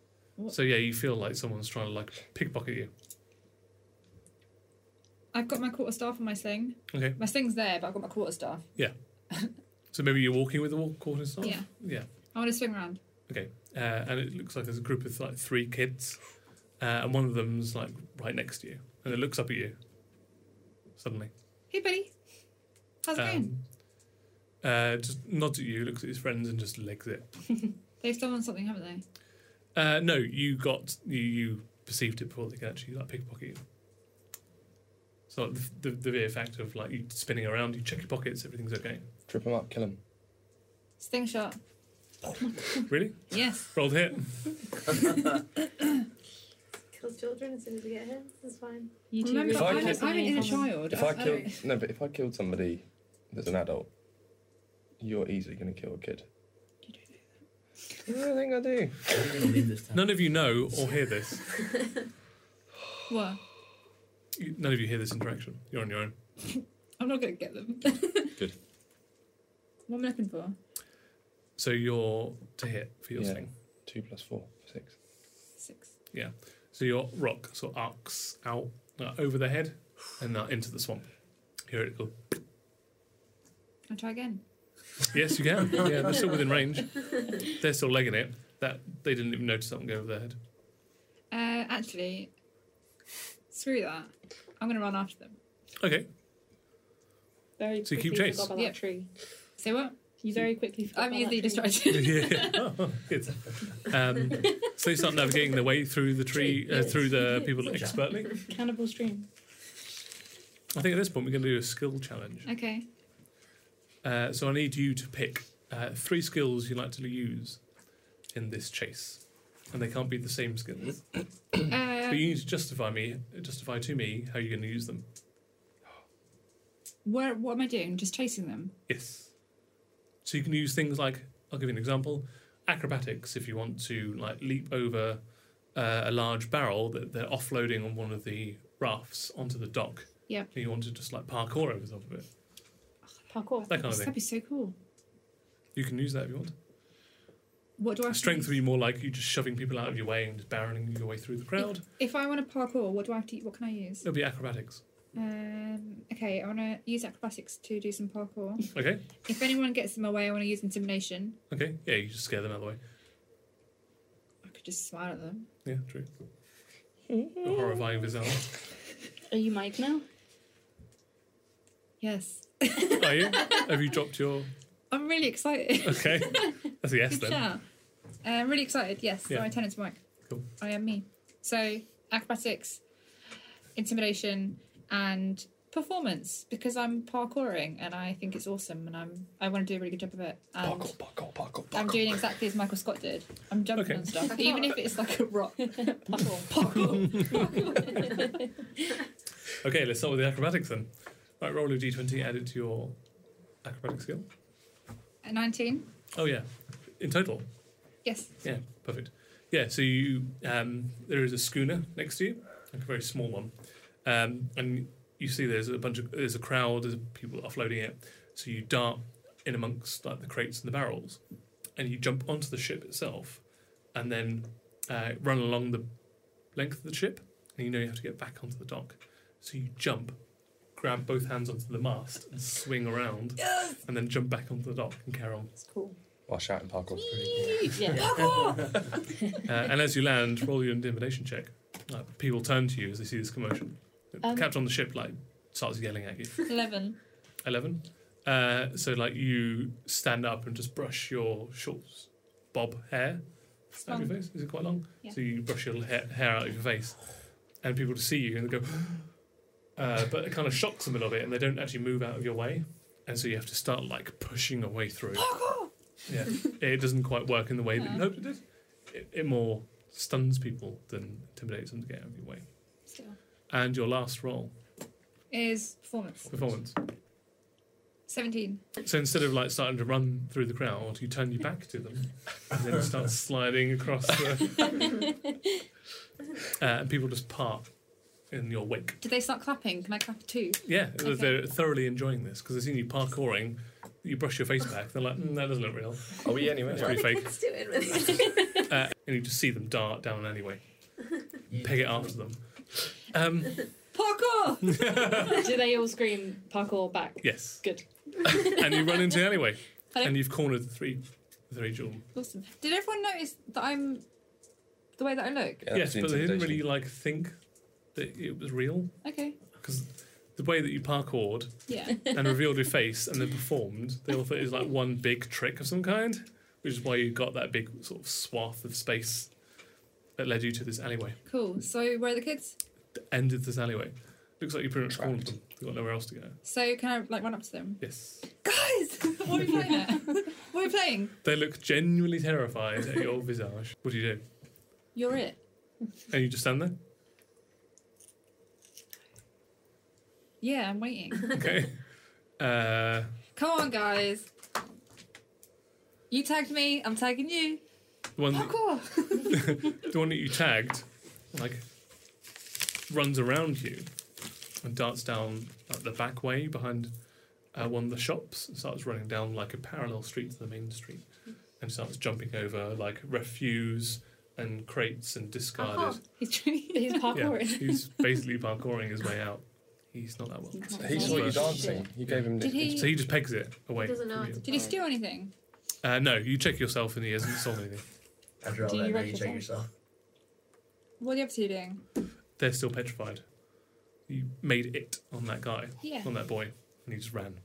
So yeah, you feel like someone's trying to like pickpocket you. I've got my quarter staff on my sling. Okay. My sling's there, but I've got my quarter staff. So maybe you're walking with the walk quarter staff. Yeah. Yeah. I want to swing around. Uh, and it looks like there's a group of like three kids, uh, and one of them's like right next to you, and it looks up at you. Suddenly. Hey, buddy. How's it going? Um, uh, just nods at you, looks at his friends, and just legs it. They've stolen something, haven't they? Uh, no, you got you, you perceived it before they could actually like pickpocket you. So like, the, the the mere fact of like you spinning around, you check your pockets, everything's okay. Trip him up, kill him. Sting shot. really? Yes. Rolled hit. Kill children as soon as we get here. That's fine. You two Remember, If I I'm, could- I'm an inner Common. child. Uh, If I don't- killed no, but if I killed somebody that's an adult, you're easily going to kill a kid. You don't know I don't think I do. We're gonna leave this town. None of you know or hear this. What? You- None of you hear this interaction. You're on your own. I'm not going to get them. Good. What am I looking for? So you're to hit for your Yeah. thing. Two plus four, six. Six. So your rock sort of arcs out uh, over the head and uh, into the swamp. Here it goes. Can I try again? Yes, you can. Yeah, they're still within range. They're still legging it. That they didn't even notice that one go over their head. Uh, actually, screw that. I'm going to run after them. Okay. Very So you keep quickly chase. forgot about Yeah. that tree. Say what? You very quickly. forgot I'm about easily that tree. distracted. yeah. Oh, good. Um, so they start navigating their way through the tree, uh, through the people expertly. Cannibal's dream. I think at this point we're going to do a skill challenge. okay. Uh, so I need you to pick uh, three skills you'd like to use in this chase, and they can't be the same skills. Uh, But you need to justify me, justify to me how you're going to use them. where, what am I doing? Just chasing them? Yes. So you can use things like I'll give you an example, acrobatics if you want to like leap over uh, a large barrel that they're offloading on one of the rafts onto the dock. Yeah. And you want to just like parkour over top of it. Parkour. That kind of That'd thing. be so cool. You can use that if you want. What do I have to Strength use? would be more like you just shoving people out of your way and just barreling your way through the crowd. If I want to parkour, what do I have to? What can I use? It'll be acrobatics. Um, okay, I want to use acrobatics to do some parkour. Okay. if anyone gets in my way, I want to use intimidation. Okay. Yeah, you just scare them out of the way. I could just smile at them. Yeah, true. A horrifying bizarre. Are you Mike now? Yes, Are you? Have you dropped your? I'm really excited. Okay. That's a yes Good then. shout. Uh, I'm really excited. Yes, Yeah. so my tenant's Mike. Cool. I am me. So acrobatics, intimidation, and performance because I'm parkouring and I think it's awesome and I'm I want to do a really good job of it. And Buckle, buckle, buckle, I'm buckle. doing exactly as Michael Scott did. I'm jumping Okay. on stuff, even if it's like a rock. Parkour. Okay, let's start with the acrobatics then. Right, roll a d20, add it to your acrobatic skill. A 19? Oh yeah, in total. Yes. Yeah, perfect. Yeah, so you um, there is a schooner next to you, like a very small one, um, and you see there's a bunch of there's a crowd, there's people offloading it. So you dart in amongst like the crates and the barrels, and you jump onto the ship itself, and then uh, run along the length of the ship, and you know you have to get back onto the dock. So you jump, grab both hands onto the mast, and swing around, and then jump back onto the dock and carry on. It's cool. While shouting buckle. Yeah. Uh, and as you land, roll your intimidation check. Uh, people turn to you as they see this commotion. Um, Captain on the ship like starts yelling at you. 11. Eleven. Uh, so like you stand up and just brush your shorts, bob hair It's out of fun. your face. Is it quite long? Yeah. So you brush your ha- hair out of your face, and people just see you and they go. Uh, but it kind of shocks them a little bit, and they don't actually move out of your way, and so you have to start like pushing a way through. yeah, it doesn't quite work in the way that you Yeah. hoped it did. It, it more stuns people than intimidates them to get out of your way. Still. And your last roll, Is performance. performance. 17. So instead of like starting to run through the crowd, you turn your back to them and then start sliding across. The, uh, and people just part in your wake. Did they start clapping? Can I clap too? Yeah, Okay. they're thoroughly enjoying this because they've seen you parkouring. You brush your face back. They're like, mm, that doesn't look real. Are we anyway? That's pretty fake. Let's do it really. Uh, and you just see them dart down anyway. You- Peg it after them. Um, Parkour! Do they all scream parkour back? yes, Good. and you run into it anyway, Hello. and you've cornered the three, the three jewel. awesome. Did everyone notice that I'm the way that I look? Yeah, yes, that's but they didn't intimidation. really like think that it was real Okay. because the way that you parkoured Yeah. and revealed your face and then performed, they all thought it was like one big trick of some kind, which is why you got that big sort of swath of space that led you to this alleyway. cool. So, where are the kids? Ended this alleyway. Looks like you pretty much Trapped. cornered them. You've got nowhere else to go. So, can I like run up to them? Yes. Guys! What are we playing at? What are we playing? They look genuinely terrified at your visage. What do you do? You're it. And Oh, you just stand there? Yeah, I'm waiting. Okay. Uh, Come on, guys. You tagged me, I'm tagging you. The one, that, Parkour! the one that you tagged, like, runs around you and darts down like, the back way behind uh, one of the shops and starts running down like a parallel street to the main street and starts jumping over like refuse and crates and discarded. Uh-huh. He's trying. He's Oh, parkouring. he's basically parkouring his way out. He's not that well. He's not He saw you Shit. dancing. You gave him. Did the he- So he just pegs it away. He doesn't know from how you. to Did he steal anything? Uh, no, you check yourself and he hasn't stolen anything. After all Do that, you now you check recognize- yourself. What are the other two doing? They're still petrified. You made it on that guy, Yeah. on that boy, and he just ran.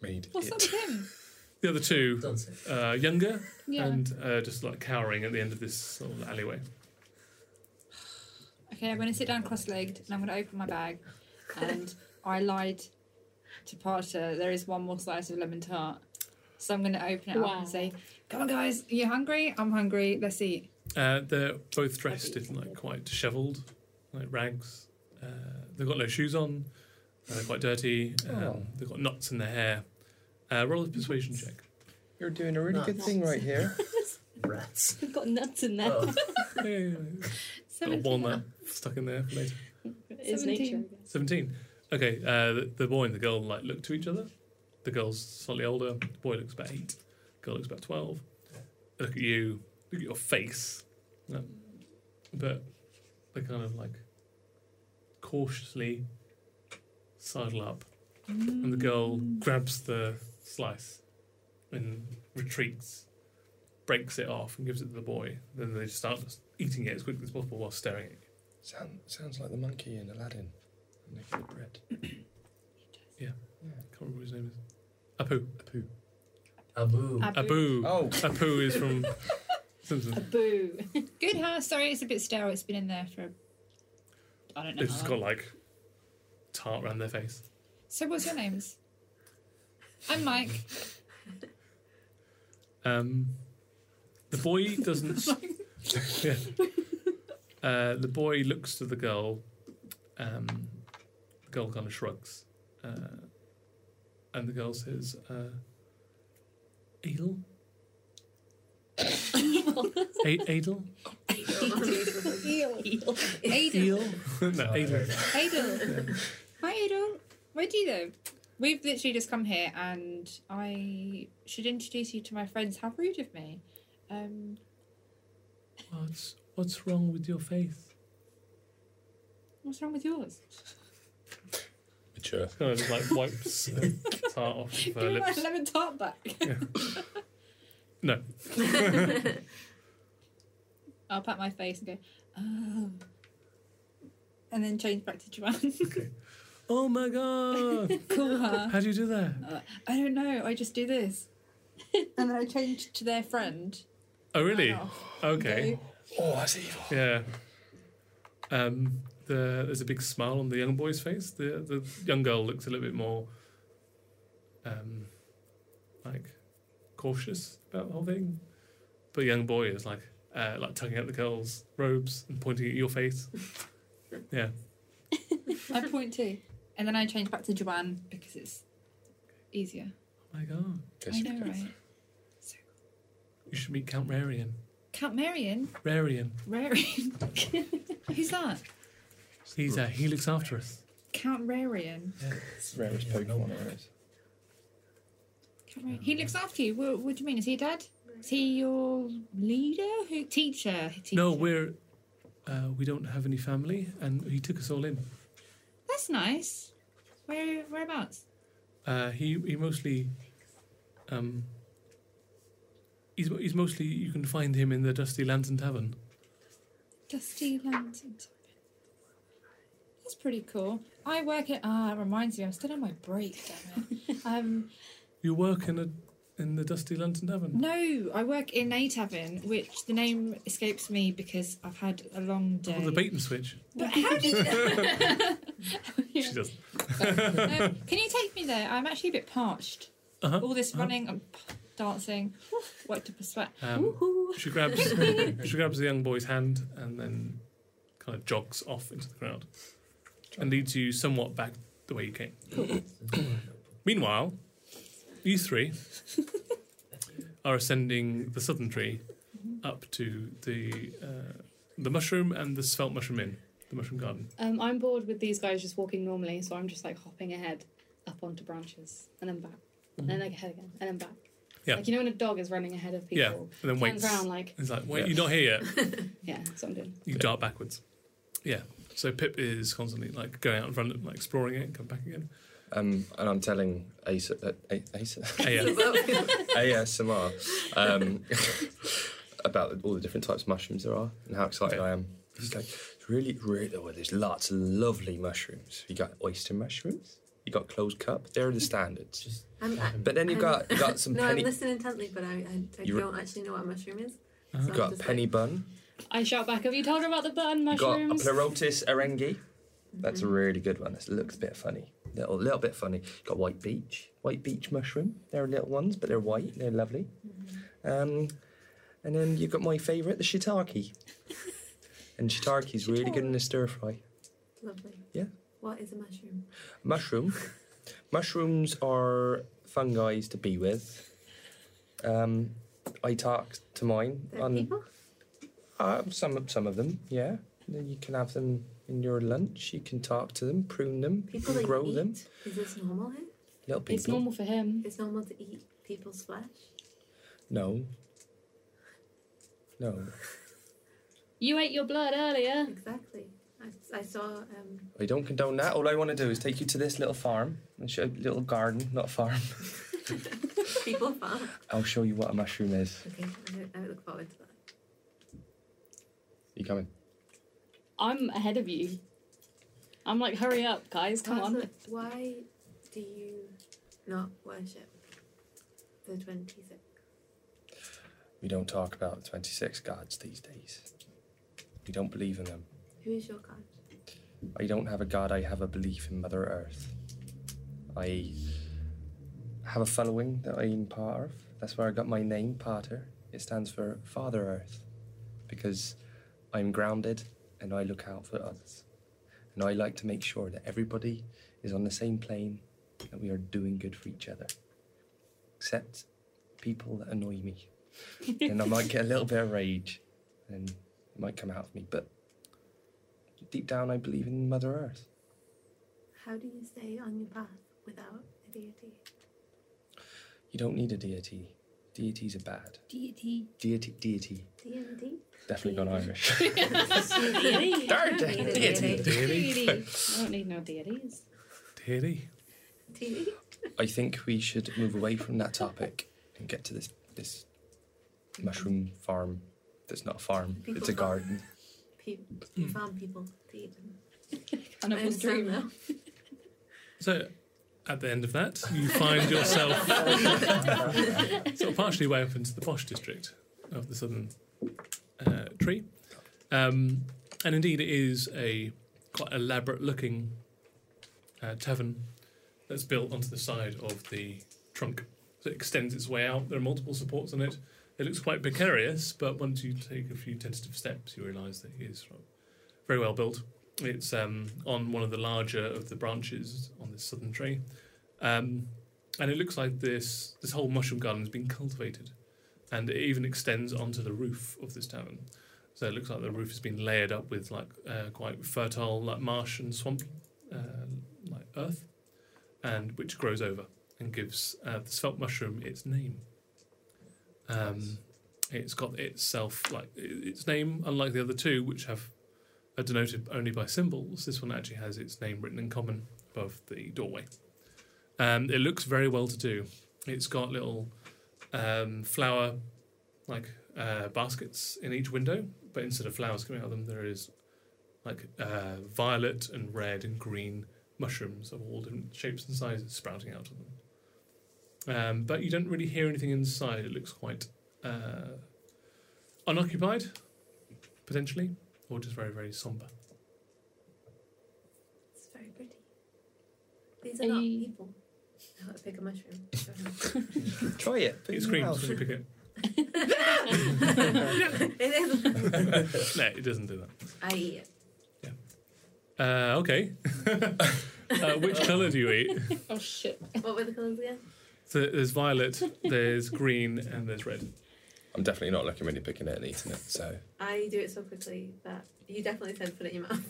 Made What's up it. with him? The other two, Don't say. uh, younger Yeah. and uh, just like cowering at the end of this sort of alleyway. Okay, I'm going to sit down cross legged and I'm going to open my bag. And I lied to Parter. There is one more slice of lemon tart. So I'm going to open it up Wow. and say, Come on, guys, you hungry? I'm hungry. Let's eat. Uh, they're both dressed in like quite dishevelled, like rags. Uh, they've got no shoes on. and they're quite dirty. Um, Oh. They've got knots in their hair. Uh, roll a persuasion check. You're doing a really good Nice. thing right here. Rats. We've got nuts in there. Oh, Yeah, yeah, yeah. Got a Seventeen. walnut stuck in there for later. It's nature. I Seventeen. guess. Seventeen. Okay. Uh, the, the boy and the girl like look to each other. The girl's slightly older. The boy looks about eight. girl looks about twelve. They look at you. Look at your face. Um, but they kind of like cautiously sidle up, and the girl grabs the slice and retreats, breaks it off, and gives it to the boy. Then they just start eating it as quickly as possible while staring at you. Sound, sounds like the monkey in Aladdin. And they feel bread. can't remember what his name is. Apu. Apu. Abu. Abu. Oh, Apu is from Simpsons. Boo. Good, huh? Sorry, it's a bit stale. It's been in there for, I don't know. They've just got like tart around their face. So, what's your names? I'm Mike. Um, the boy doesn't. yeah. Uh, the boy looks to the girl. Um, the girl kind of shrugs, uh, and the girl says, uh, "Adel, A- Adel, Eel. Eel. Adel. no, Adel." Adel. Hi, Adel. Where do you live? We've literally just come here, and I should introduce you to my friends. How rude of me. Um, What's what's wrong with your face? what's wrong with yours? mature. kind of like wipes the tart off of her Give me my lips. lemon tart back. No. I'll pat my face and go, oh. And then change back to Joanne. Oh my god! cool, huh? How do you do that? I don't know. I just do this. and then I changed to their friend. Oh really? Oh, Okay. Oh, that's evil. Yeah. Um. The, there's a big smile on the young boy's face. The the young girl looks a little bit more, um, like cautious about the whole thing. But the young boy is like uh, like tugging at the girl's robes and pointing at your face. Oh Yeah. I point too. And then I change back to Joanne because it's easier. Oh my god! I know, right? You should meet Count Rarian. Count Marion? Rarian. Rarian. Who's that? He's uh, he looks after us. Count Rarian. It's the rarest Pokemon there is. Count Rarian. He looks after you. What, what do you mean? Is he dad? Is he your leader? Who? Teacher. teacher. No, we're uh, we don't have any family, and he took us all in. That's nice. Where? Whereabouts? Uh, he he mostly um. He's, he's mostly you can find him in the Dusty Lantern Tavern. Dusty Lantern. That's pretty cool. I work at. Ah, it reminds me. I'm still on my break. Damn it. Um, You work in a in the Dusty Lantern Tavern. No, I work in a tavern, which the name escapes me because I've had a long day. Oh, the bait and switch. but how do you? She does. Um, can you take me there? I'm actually a bit parched. Uh-huh. All this running, and p- dancing, worked up a sweat. Um, she grabs she grabs the young boy's hand and then kind of jogs off into the crowd and leads you somewhat back the way you came. Meanwhile, you three are ascending the southern tree up to the uh, the mushroom and the svelte mushroom inn, the mushroom garden. Um, I'm bored with these guys just walking normally, so I'm just like hopping ahead up onto branches and then back, and then like ahead again, and then back. Mm-hmm. Yeah. Like you know when a dog is running ahead of Yeah, people, and then waits. turns around like It's like, wait, Yeah. you're not here yet. yeah, that's what I'm doing. You dart backwards. Yeah. So Pip is constantly like going out in front, of, like exploring it, and come back again. Um, and I'm telling Asa, uh, A- Asa, Hey, yeah. ASMR um, about all the different types of mushrooms there are and how excited Okay. I am. It's like, it's really, really, oh, there's lots of lovely mushrooms. You got oyster mushrooms, you got closed cup, they're the standards. Just I'm, I, But then you I'm- got you got some no, penny, I'm listening intently, but I, I, I You re- don't actually know what a mushroom is. Uh-huh. I'm you got just penny bun, I shout back, "Have you told her about the button you got a mushrooms?" pleurotis erengi. That's a really good one. This looks a bit funny, little little bit funny. You got white beech, white beech mushroom. They're little ones, but they're white. They're lovely. Um, and then you got my favourite, the shiitake. and shiitake's really good in a stir fry. Like, lovely. Yeah. What is a mushroom? Mushroom. Mushrooms are fun guys to be with. Um, I talk to mine They're on people. uh, some of some of them. Yeah, then you can have them in your lunch. You can talk to them, prune them, you People can that grow you eat. them. Is this normal here? Little people. It's normal for him. It's normal to eat people's flesh. No. No, You ate your blood earlier. Exactly. I, I saw. Um, I don't condone that. All I want to do is take you to this little farm and show little garden, not farm. people farm. I'll show you what a mushroom is. Okay, I, I look forward to that. You coming? I'm ahead of you. I'm like, hurry up, guys, come on. Also, Why do you not worship the 26? We don't talk about 26 gods these days. We don't believe in them. Who is your god? I don't have a god, I have a belief in Mother Earth. I have a following that I'm part of. That's where I got my name, Pater. It stands for Father Earth because I'm grounded and I look out for others. And I like to make sure that everybody is on the same plane, that we are doing good for each other. Except people that annoy me. and I might get a little bit of rage and it might come out of me, but deep down I believe in Mother Earth. How do you stay on your path without a deity? You don't need a deity. Deities are bad. Deity. Deity, deity. Deity? Definitely gone Irish. Deity. Darn I don't it. need a deity. Deity. I don't need no deities. Deity. Deity? I think we should move away from that topic and get to this this mushroom farm. That's not a farm. People it's a farm. garden. People, you farm people to eat them. And I it was understand dream. now. So at the end of that, you find yourself sort of partially way up into the posh district of the southern uh, tree. Um, and indeed, it is a quite elaborate looking uh, tavern that's built onto the side of the trunk. So it extends its way out. There are multiple supports on it. It looks quite precarious, but once you take a few tentative steps, you realise that it is very well built. It's um, on one of the larger of the branches on this southern tree, um, and it looks like this this whole mushroom garden has been cultivated, and it even extends onto the roof of this tavern. So it looks like the roof has been layered up with like uh, quite fertile like marsh and swamp uh, like earth, and which grows over and gives uh, the svelte mushroom its name. Um, it's got itself like i- its name, unlike the other two, which have are denoted only by symbols. This one actually has its name written in common above the doorway. Um, it looks very well to do. It's got little um, flower like uh, baskets in each window, but instead of flowers coming out of them, there is like uh, violet and red and green mushrooms of all different shapes and sizes sprouting out of them. Um, but you don't really hear anything inside. It looks quite uh, unoccupied, potentially, or just very, very somber. It's very pretty. These are, Are not you- people. I want to pick a mushroom. Try it. It Put in your screams mouth. when you pick it. it is. No, it doesn't do I eat it. that. Uh, okay. uh, which colour do you eat? Oh shit. What were the colours again? So there's violet, there's green, and there's red. I'm definitely not looking really picking it and eating it. So I do it so quickly that you definitely said put it in your mouth.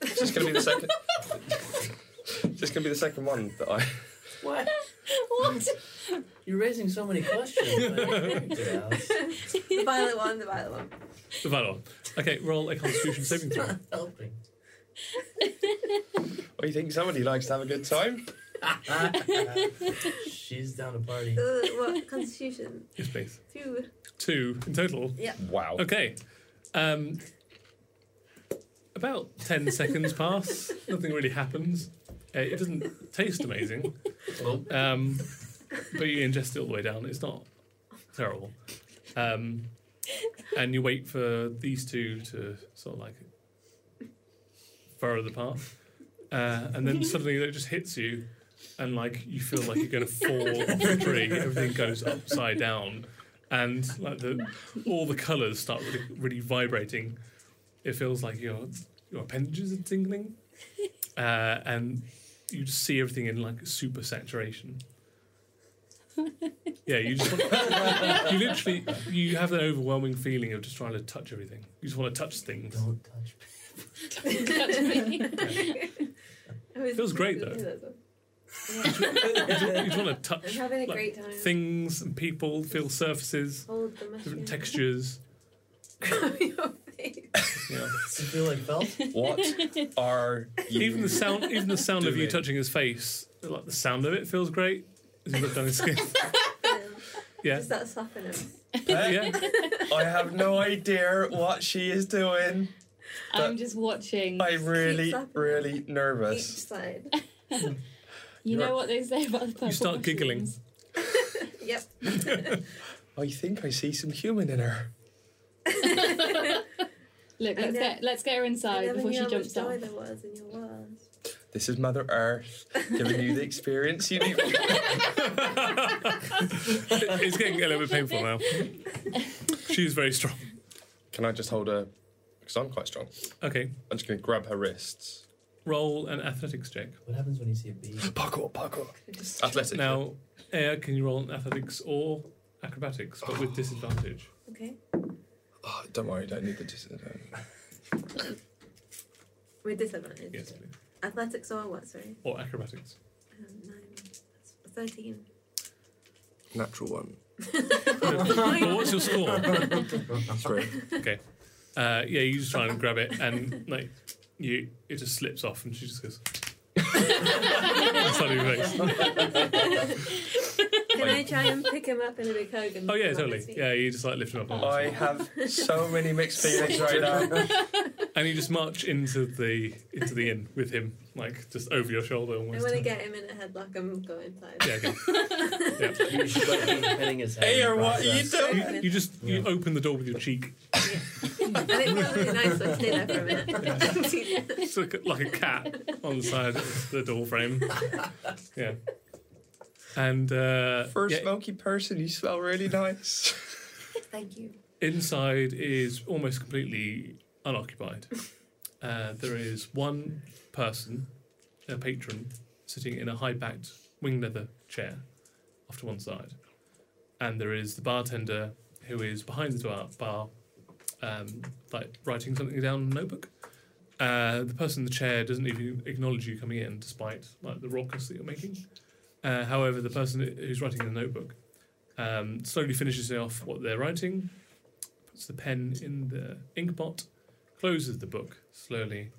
It's just gonna be the second. just gonna be the second one that I. What? what? You're raising so many questions. about your character, Alice. the violet one, the violet one. The Valor. Okay, roll a Constitution saving It's throw. not helping. Well, you think somebody likes to have a good time? She's down to party. Uh, what constitution? Yes, please. Two. Two in total. wow. Okay. Um, about 10 seconds pass. Nothing really happens. Uh, it doesn't taste amazing. Um, but you ingest it all the way down. It's not terrible. Um, and you wait for these two to sort of like furrow the path. Uh, and then suddenly it just hits you. And like you feel like you're going to fall off a tree. Everything goes upside down. And like the, all the colours start really, really vibrating. It feels like your your appendages are tingling, uh, and you just see everything in like super saturation. Yeah, you just want, you literally you have that overwhelming feeling of just trying to touch everything. You just want to touch things. Don't touch me. It Feels great, though. You just, you just want to I'm touch having a like, great time. things and people, feel surfaces, Hold the mushroom. different textures. Your face. Yeah. Does it feel like felt? What are you? Even the sound, even the sound of you Doing. touching his face, like the sound of it feels great. As you look down his skin. Yeah. Does that soften him? yeah. I have no idea what she is doing. I'm just watching. I'm really, up. really Each nervous. side. You know You're- what they say about the purple You start giggling. mushrooms? Yep. I think I see some human in her. Look, I let's know- get let's get her I inside never before knew she how much jumps joy off. there was in your world. This is Mother Earth giving you the experience you need. it's getting a little bit painful now. She's very strong. Can I just hold her? Because I'm quite strong. Okay, I'm just going to grab her wrists. roll an athletics check. What happens when you see a bee? Parkour, parkour. Athletics. Now, Air, can you roll an athletics or acrobatics, but with disadvantage? Okay. Oh, don't worry, don't need the uh, disadvantage. We're disadvantaged. Yes, please. Athletics or what? Sorry. Or acrobatics. Um, nine. That's Thirteen. Natural one. Well, what's your score? Three. Okay. Uh, yeah, you just try and grab it, and like you, it just slips off, and she just goes. Inside of your face. Can I try and pick him up in a big hug? And Oh yeah, put him on totally. his feet? Yeah, you just like lift him up, on I have so many mixed feelings right now. and you just march into the into the inn with him, like just over your shoulder I almost. want to get him in a headlock and go inside. Yeah, okay. You should like be petting his head. Hey, in the or what are you process. doing? You, you just you open the door with your cheek, And it feels really nice to stay there for a minute. it's like, a- like a cat on the side of the door frame. Yeah, and uh, First yeah, smoky person, you smell really nice. Thank you. inside is almost completely unoccupied. Uh, there is one person, a patron, sitting in a high-backed wing leather chair, off to one side, and there is the bartender who is behind the bar, bar um, like writing something down in a notebook. Uh, the person in the chair doesn't even acknowledge you coming in, despite like the raucous that you're making. Uh, however, the person who's writing in the notebook um, slowly finishes off what they're writing, puts the pen in the ink pot, closes the book slowly,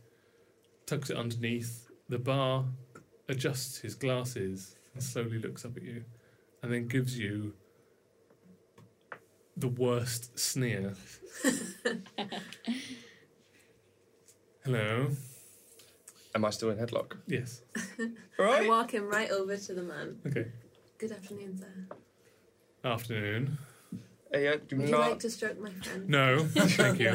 tucks it underneath the bar, adjusts his glasses, and slowly looks up at you, and then gives you the worst sneer. Hello. Am I still in headlock? Yes. I walk him right over to the man. Okay. Good afternoon, sir. Afternoon. Hey, uh, do Would you not, like to stroke my friend? No, thank you.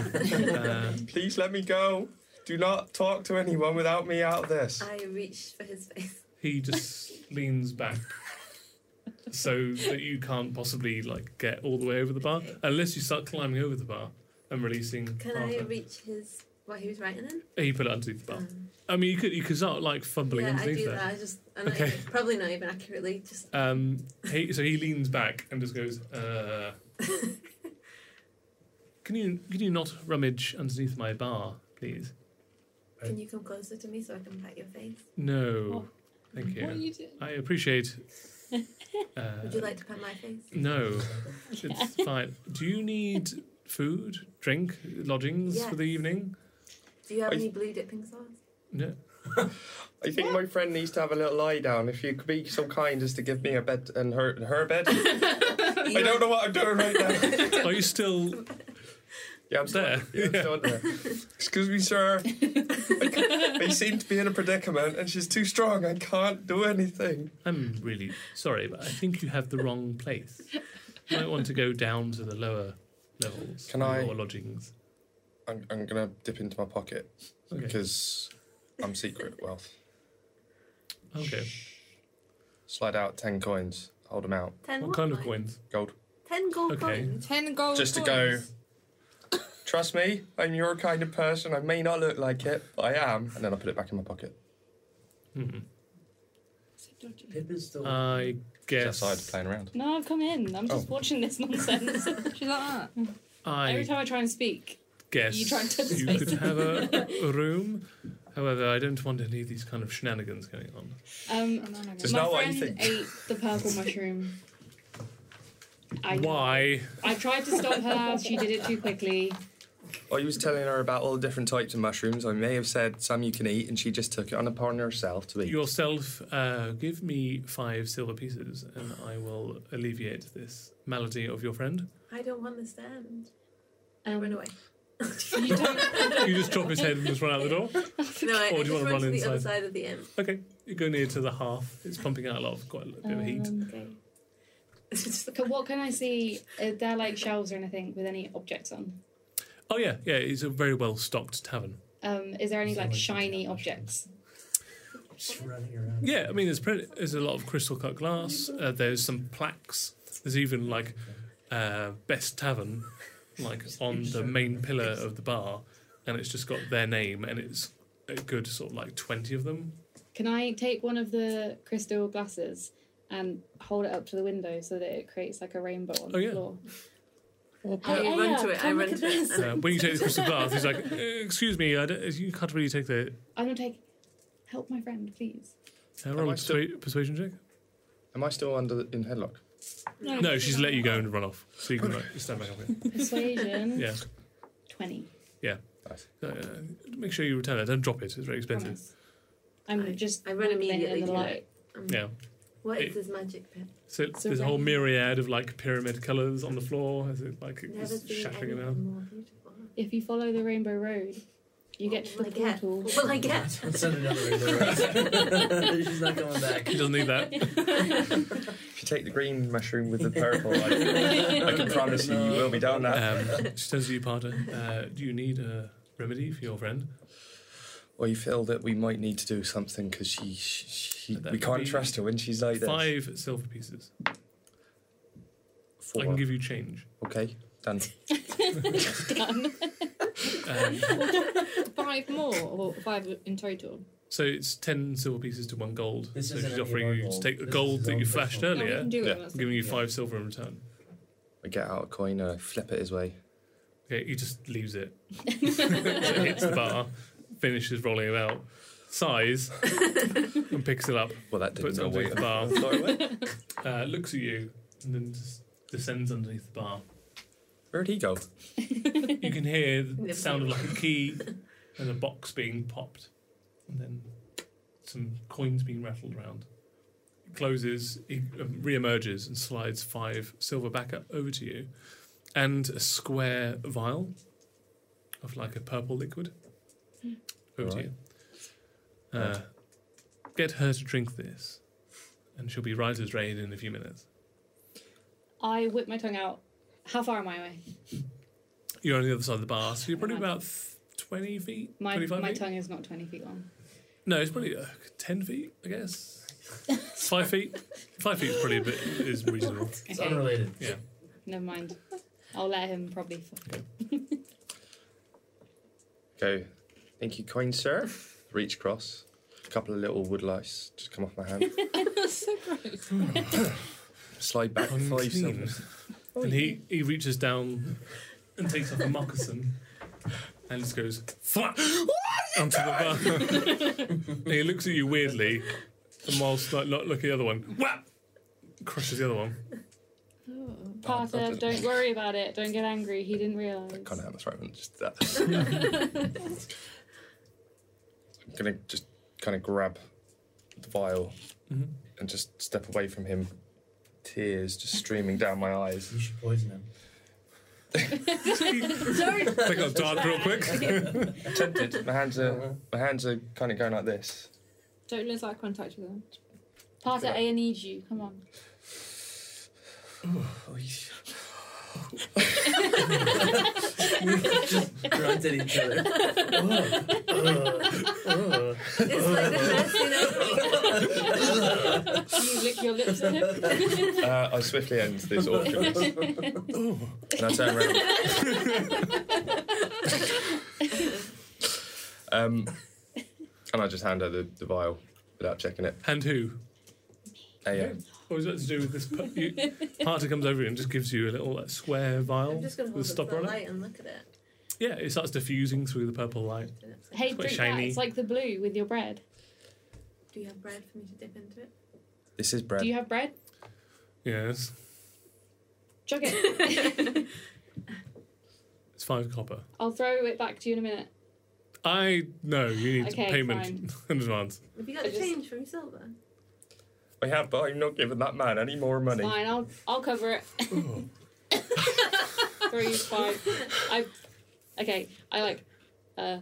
Uh, please let me go. Do not talk to anyone without me out of this. I reach for his face. he just leans back so that you can't possibly like get all the way over the bar unless you start climbing over the bar and releasing Can I Arthur. reach his what he was writing in? He put it underneath the bar. Um, I mean, you could you could start like fumbling yeah, I underneath do there. that. I just, and Okay. I, probably not even accurately, just Um, he, so he leans back and just goes, uh, "Can you can you not rummage underneath my bar, please?" Can you come closer to me so I can pat your face? Oh. No, thank What are you. you doing? I appreciate. Uh, Would you like to pat my face? No, it's fine. Do you need food, drink, lodgings for the Yes. evening? Do you have I- any blue dipping sauce? No. I think my friend needs to have a little lie down. If you could be so kind as to give me a bed and her her bed. I don't know what I'm doing right now. Are you still? Yeah, I'm still, There. Yeah, I'm still there. Excuse me, sir. I, I seem to be in a predicament, and she's too strong. I can't do anything. I'm really sorry, but I think you have the wrong place. You might want to go down to the lower levels Can I- or lodgings. I'm, I'm gonna dip into my pocket Okay. because I'm secret wealth. Okay. Slide out ten coins. Hold them out. Ten What what kind of coin? coins? Gold. Ten gold Okay. coins. Ten gold. Just to go. coins. Trust me, I'm your kind of person. I may not look like it, but I am. And then I put it back in my pocket. Hmm. So dodgy. Pip is still. I guess Outside playing around. No, I've come in. I'm just Oh. watching this nonsense. She's like that. Every I time I try and speak, guess you try and tip you space. could have a, a room. However, I don't want any of these kind of shenanigans going on. um, Oh, no, no, no. Just- It's my not what you friend think. ate the purple mushroom. I, Why? I tried to stop her. She did it too quickly. I was telling her about all the different types of mushrooms. I may have said some you can eat, and she just took it on upon herself to eat. Yourself, uh, give me five silver pieces and I will alleviate this malady of your friend. I don't want to stand. Um, Run away. You don't. You just chop his head and just run out the door. No, Or I, I do you just wanna run, run to the other inside? side of the inn. Okay, you go near to the hearth. It's pumping out a lot of quite a bit of heat. Um, Okay. It's just c- what can I see? Are there like shelves or anything with any objects on? Oh yeah, yeah. It's a very well stocked tavern. Um, is there any like Someone- shiny objects? Just running around. Yeah, I mean, there's pretty, there's a lot of crystal cut glass. Uh, there's some plaques. There's even like uh, best tavern, like on the main pillar of the bar, and it's just got their name, and it's a good sort of like twenty of them. Can I take one of the crystal glasses and hold it up to the window so that it creates like a rainbow on Oh, the yeah. floor? I Oh, run yeah, to it. I come run look at to it. this. Uh, when you take the crystal glass, he's like, "Uh, "Excuse me, I don't, you can't really take the." I'm gonna take. Help my friend, please. Uh, roll I a still- persua- persuasion check. Am I still under the, in headlock? No, she's let you go and run off, so you can like, stand back up. Again. Persuasion. Yeah, Twenty. Nice. uh, make sure you return it. Don't drop it. It's very expensive. Promise. I'm I- just. I run wiggling immediately in the to light. um, Yeah. What is this magic pit? So a there's a whole ring. myriad of like pyramid colours on the floor as it like Never is seen shattering it anything out. more beautiful. If you follow the rainbow road, you get to What the will I get? portal. What will I get? Send another rainbow around. She's not coming back. He doesn't need that. If you take the green mushroom with the purple, I, I can promise you, you will be down that. Um, she turns to you, Parda. Uh, do you need a remedy for your friend? I feel that we might need to do something because she, she, she That we could can't be trust her when she's like this. Five silver pieces. Four. I can give you change. okay, done. Um, Five more or five in total. so it's ten silver pieces to one gold. This so isn't she's any of offering our you to gold. take the This is gold his that own you personal. flashed No, we earlier. can do Yeah. it. that's I'm giving you Yeah. five silver in return. I get out a coin and I flip it his way. Okay, he just leaves it. so it hits the bar, finishes rolling it out, sighs, and picks it up. Well, that didn't Puts it go underneath away. the bar. Throw it away. uh, looks at you and then just descends underneath the bar. Where'd he go? You can hear the Never sound of seen like a key and a box being popped, and then some coins being rattled around. He closes, he um, re-emerges and slides five silver back up over to you, and a square vial of like a purple liquid over to Alright. you. Uh, get her to drink this, and she'll be right as rain in a few minutes. I whip my tongue out. How far am I away? You're on the other side of the bar, so you're probably about th- 20 feet, My 25 my feet. tongue is not twenty feet long. No, it's probably uh, ten feet, I guess. Five feet. Five feet is probably a bit is reasonable. It's Okay. unrelated. Yeah. Never mind. I'll let him probably. Fuck. Okay, Thank you, kind sir. Reach across. A couple of little wood lice just come off my hand. That's so gross. Slide back five Unclean. centimeters. And he, he reaches down and takes off a moccasin and just goes "Thwack!" onto the bar. and he looks at you weirdly, and whilst like, not looking at the other one, whap, crushes the other one. Oh. Parker, don't worry about it. Don't get angry. He didn't realise. Kind of hammer throw and just that. I'm gonna just kind of grab the vial Mhm. and just step away from him. Tears just streaming down my eyes. You should poison him. I think I'll dart real quick. Tempted. My hands are my hands are kind of going like this. Don't lose eye contact with them. Parker, I need E you. Come on. We just grunted each other. Oh. It's like the best thing You lick your lips at him. Uh, I swiftly end this awkward. and I turn around. um, and I just hand her the, the vial without checking it. And who? Hey, uh, yeah. What was that to do with this? pu- You, Parter comes over and just gives you a little like, square vial I'm just going to with a hold up stopper the on it. light and look at it. Yeah, it starts diffusing through the purple light. And it's like, Hey, It's quite drink that. shiny. It's like the blue with your bread. Do you have bread for me to dip into it? This is bread. Do you have bread? Yes, Chug it. it's five copper. I'll throw it back to you in a minute. I know you need Okay, payment in advance. Have you got I the just- change from silver? I have, but I'm not giving that man any more money. Fine, I'll I'll cover it. Three, five. I okay. I like uh,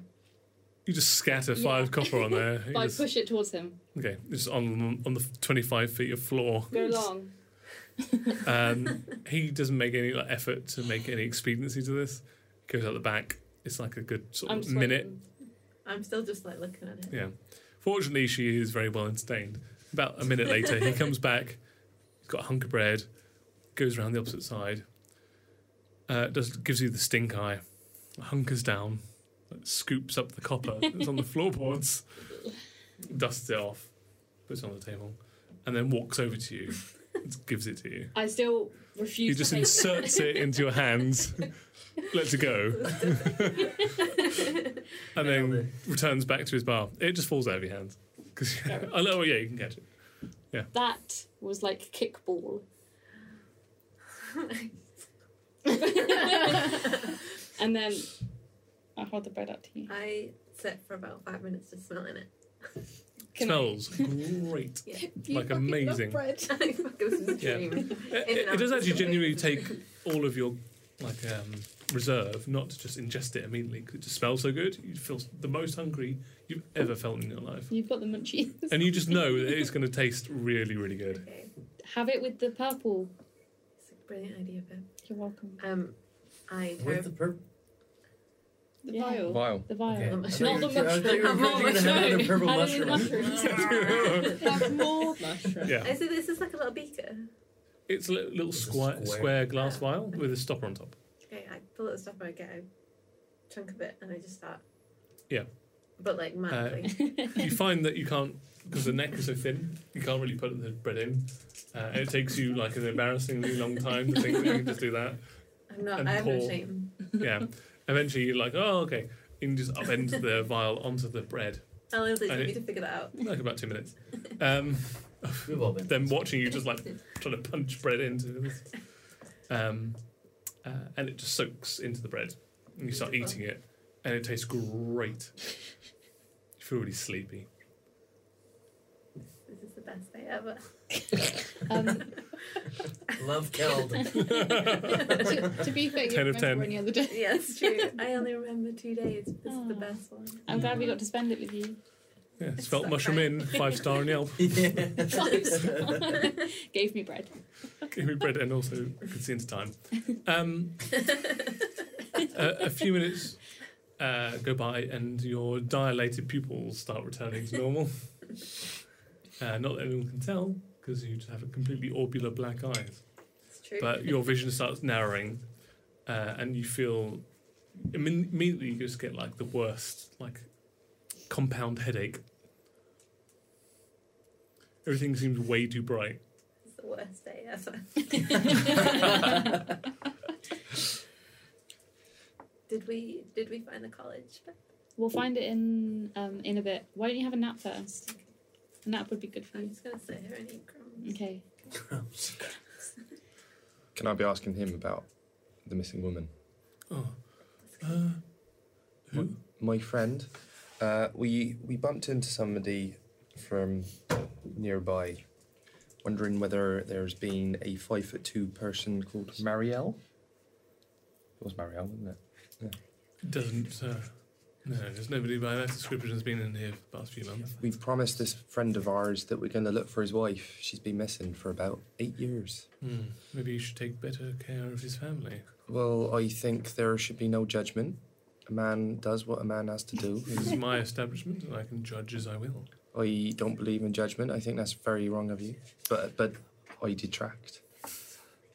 You just scatter Yeah. five copper on there. You I just- push it towards him. Okay, just on on the twenty-five feet of floor. Go long. Um, he doesn't make any like, effort to make any expediency to this. Goes out the back. It's like a good sort I'm of just minute. waiting. I'm still just like looking at it. Yeah. Fortunately, she is very well entertained. About a minute later, he comes back. He's got a hunk of bread. Goes around the opposite side. Uh, does gives you the stink eye. Hunkers down. like, Scoops up the copper that's on the floorboards. Dusts it off. Puts it on the table, and then walks over to you. and gives it to you. I still refuse. He just to take inserts it into your hands. Lets it go. and Nailed then returns back to his bar. It just falls out of your hands. Because oh no, yeah, you can catch it. That was like kickball. and then I hold the bread up to you. I sit for about five minutes just smelling it. Can I- Smells great. You fucking love Like, amazing. bread. I fucking- it was a Yeah. dream. It, it- it does actually genuinely take all of your like um, reserve not to just ingest it immediately 'cause it just smells so good. You feel the most hungry you've ever felt in your life, You've got the munchies. and you just know that it's going to taste really, really good. Okay. Have it with the purple. It's a brilliant idea, babe. You're welcome. Um, I With the drove. purple. The Yeah. vial. Vial. The vial. Okay. I Not thought you were- the I thought you were mushroom. going to have another purple Add in the mushroom. yeah, Have more mushrooms. so this is like a little beaker. it's a li- little It's a square, square. square glass vial with a stopper on top. Okay, I pull out the stopper, I get a chunk of it, and I just start. Yeah. Uh, But like madly. you find that you can't because the neck is so thin you can't really put the bread in uh, and it takes you like an embarrassingly long time to think that you can just do that I'm not. and I have no pour. shame. yeah eventually you're like oh okay you can just upend the vial onto the bread How long does it And take me it- to figure that out? like about two minutes um, We've all been. then watching you just like trying to punch bread into this um, uh, and it just soaks into the bread and you start Beautiful. eating it and it tastes great you feel really sleepy This is the best day ever. Um, Love killed. to, to be fair, you 10 of remember 10. any other day. yeah, it's true. I um, only remember two days. This is the Aw. best one. I'm glad we got to spend it with you. yeah, It's spelt so mushroom great. in five star and Yelp Gave me bread. Give me bread and also consent time. Um, a, a few minutes uh, go by and your dilated pupils start returning to normal. Uh, not that anyone can tell because you just have a completely orbular black eyes. It's true. But your vision starts narrowing uh, and you feel imme- immediately you just get like the worst like compound headache. Everything seems way too bright. It's the worst day ever. Did we did we find the college? we'll find it in um, in a bit. Why don't you have a nap first? A nap would be good for I'm you. just gonna sit here and eat crumbs. Okay. Can I be asking him about the missing woman? Oh. Um, Uh, who? My friend, uh, we we bumped into somebody from nearby, wondering whether there's been a five foot two person called Marielle. It was Marielle, wasn't it? Doesn't. Uh, no, there's nobody by that description has been in here for the past few months. We promised this friend of ours that we're going to look for his wife. She's been missing for about eight years. Hmm. Maybe you should take better care of his family. Well, I think there should be no judgment. A man does what a man has to do. This is my establishment, and I can judge as I will. I don't believe in judgment. I think that's very wrong of you. But but I detract.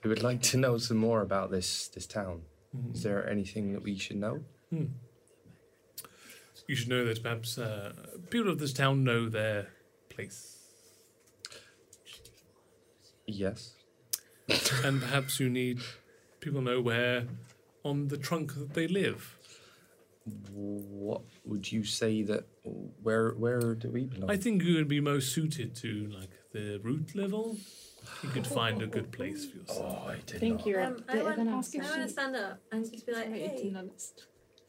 I would like to know some more about this this town. Hmm. Is there anything that we should know? Hmm. You should know that perhaps uh, people of this town know their place, Yes. and perhaps you need people know where on the trunk that they live. What would you say that where where do we belong? I think you would be most suited to like the root level. You could find a good place for yourself. oh, I did I think not. you're Um, a I bit of want an I if asshole. she- want to stand up and just be like, Sorry, hey, eating honest.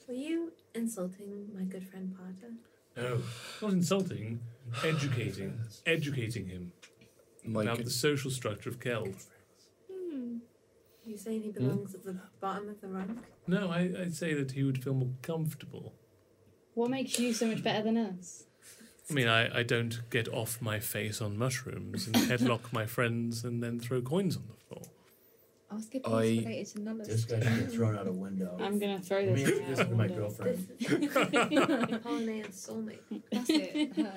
were you insulting my good friend Parker? No, not insulting, educating, educating him My about good- the social structure of Keld. Hmm. You saying he belongs at the bottom of the rung? No, I, I'd say that he would feel more comfortable. What makes you so much better than us? I mean, I, I don't get off my face on mushrooms and headlock my friends and then throw coins on the floor. Ask if I- he's related to none of This guy should get thrown out a window. I'm gonna throw Me this. and this out is my the window. girlfriend. Polynean soulmate. That's it. Her.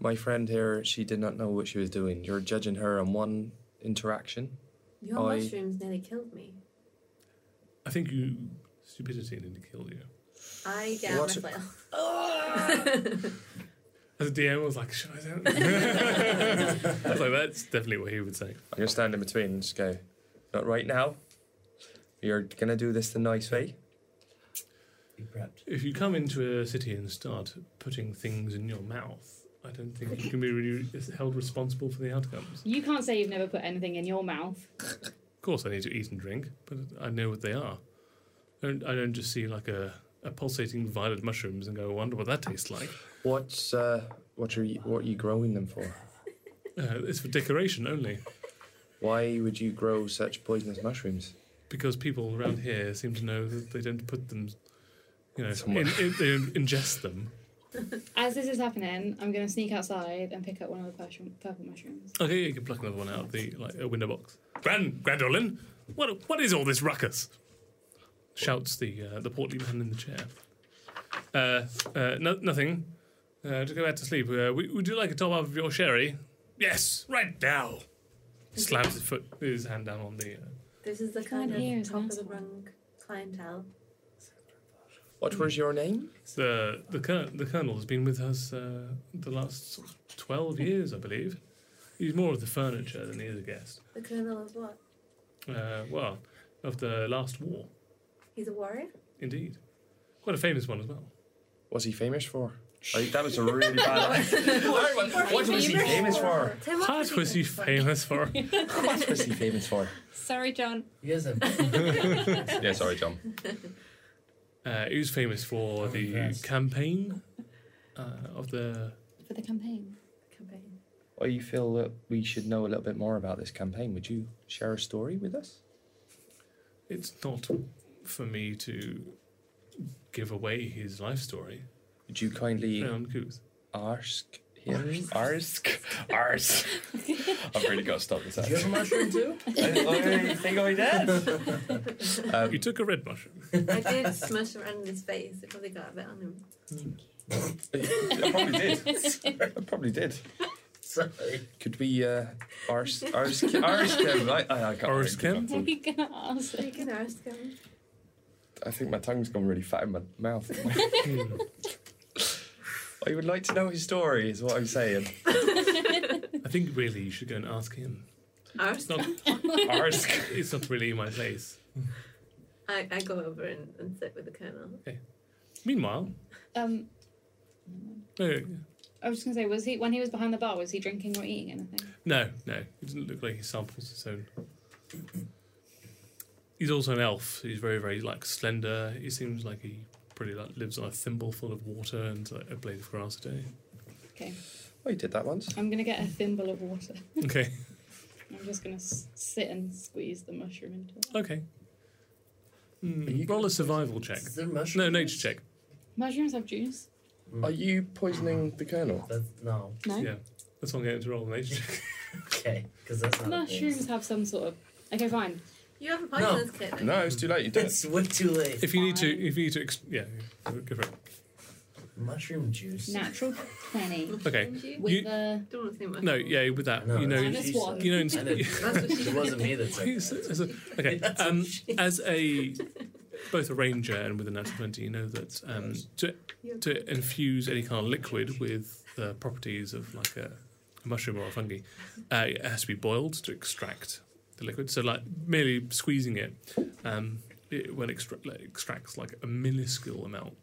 My friend here, she did not know what she was doing. You're judging her on one interaction. Your I- mushrooms nearly killed me. I think you stupidity nearly killed you. I get out What- my flail. As a DM, I was like, should I do that? I was like, that's definitely what he would say. I'm gonna stand in between and just go, not right now. You're gonna do this the nice way. Be prepped. If you come into a city and start putting things in your mouth, I don't think you can be really held responsible for the outcomes. You can't say you've never put anything in your mouth. Of course, I need to eat and drink, but I know what they are. I don't, I don't just see like a, a pulsating violet mushrooms and go, I wonder what that tastes like. What's uh, what are you what are you growing them for? Uh, it's for decoration only, Why would you grow such poisonous mushrooms? because people around here seem to know that they don't put them, you know, in, Somewhere. in, they don't ingest them. As this is happening, I'm gonna sneak outside and pick up one of the purple, purple mushrooms. Okay, Oh, you can pluck another one out of the like a window box. Grand Grandolin, what what is all this ruckus? Shouts the uh, the portly man in the chair. Uh, uh, no, nothing. Uh, to go back to sleep. Uh, we, would you like a top up of your sherry? Yes, right now. Slams his foot, his hand down on the. Uh, this is the Can't kind hear of his top of the asshole. rung clientele. What was your name? the the col- the colonel has been with us uh, the last sort of twelve years, I believe. He's more of the furniture than he is a guest. The colonel of what? Uh, well, of the last war. He's a warrior? Indeed. Quite a famous one as well. What's he famous for? I, that was a really bad. What, was he famous for? Tim, what What was he famous for? what was he famous for? Sorry, John. You guys have Yeah, sorry, John. Uh, he was famous for I'm the impressed. campaign uh, of the. For the campaign. Campaign. Well, you feel that we should know a little bit more about this campaign. Would you share a story with us? It's not for me to give away his life story. Would you kindly Very uncouth. ask him? Arsk? Arsk? I've really got to stop this. Do you have a mushroom too? I think I did. Um, you took a red mushroom. I did smash around in his face. It probably got a bit on him. I probably did. I probably did. Sorry. Could we uh, arse arse arse him? I, I, I can't Arsk him? What are you gonna ask? You can ask him. I think my tongue's gone really fat in my mouth. I would like to know his story, is what I'm saying. I think really you should go and ask him. It's Arse. not, Arsk. it's not really my place. I, I go over and, and sit with the colonel. Meanwhile, uh, Um, no, I was just gonna say, was he when he was behind the bar? Was he drinking or eating anything? no, no, it doesn't look like he samples his own. He's also an elf. He's very, very like slender. He seems like he pretty like lives on a thimble full of water and like, a blade of grass a day. Okay, I Oh, did that once. I'm gonna get a thimble of water. Hmm. Okay, I'm just gonna s- sit and squeeze the mushroom into it. okay. Hmm, Are you roll gonna- a survival check. Is there mushroom? No, nature check. Mushrooms have juice. Are you poisoning the colonel? Oh, That's, no. No. Yeah, that's what I'm going to roll a nature check. Okay. Because that's not. a thing. Mushrooms have some sort of. Okay, fine. You have a poisonous kid. No, it's too late. You did it. It's way too late. If you need Fine. to, if you need to, ex- yeah, go for it. Mushroom juice. Natural twenty Okay. with You- the Don't want to see much. No, yeah, with that, No, you know, that's what Minus she one. said. you know, I know. in- That's what she it wasn't me that said It's- that. it's a- okay. That's what Um, she- as a both a ranger and with a natural twenty, you know that um, to to infuse any kind of liquid with the properties of like a, a mushroom or a fungi, uh, it has to be boiled to extract the liquid. So like merely squeezing it, um, it when extra- like, extracts like a minuscule amount.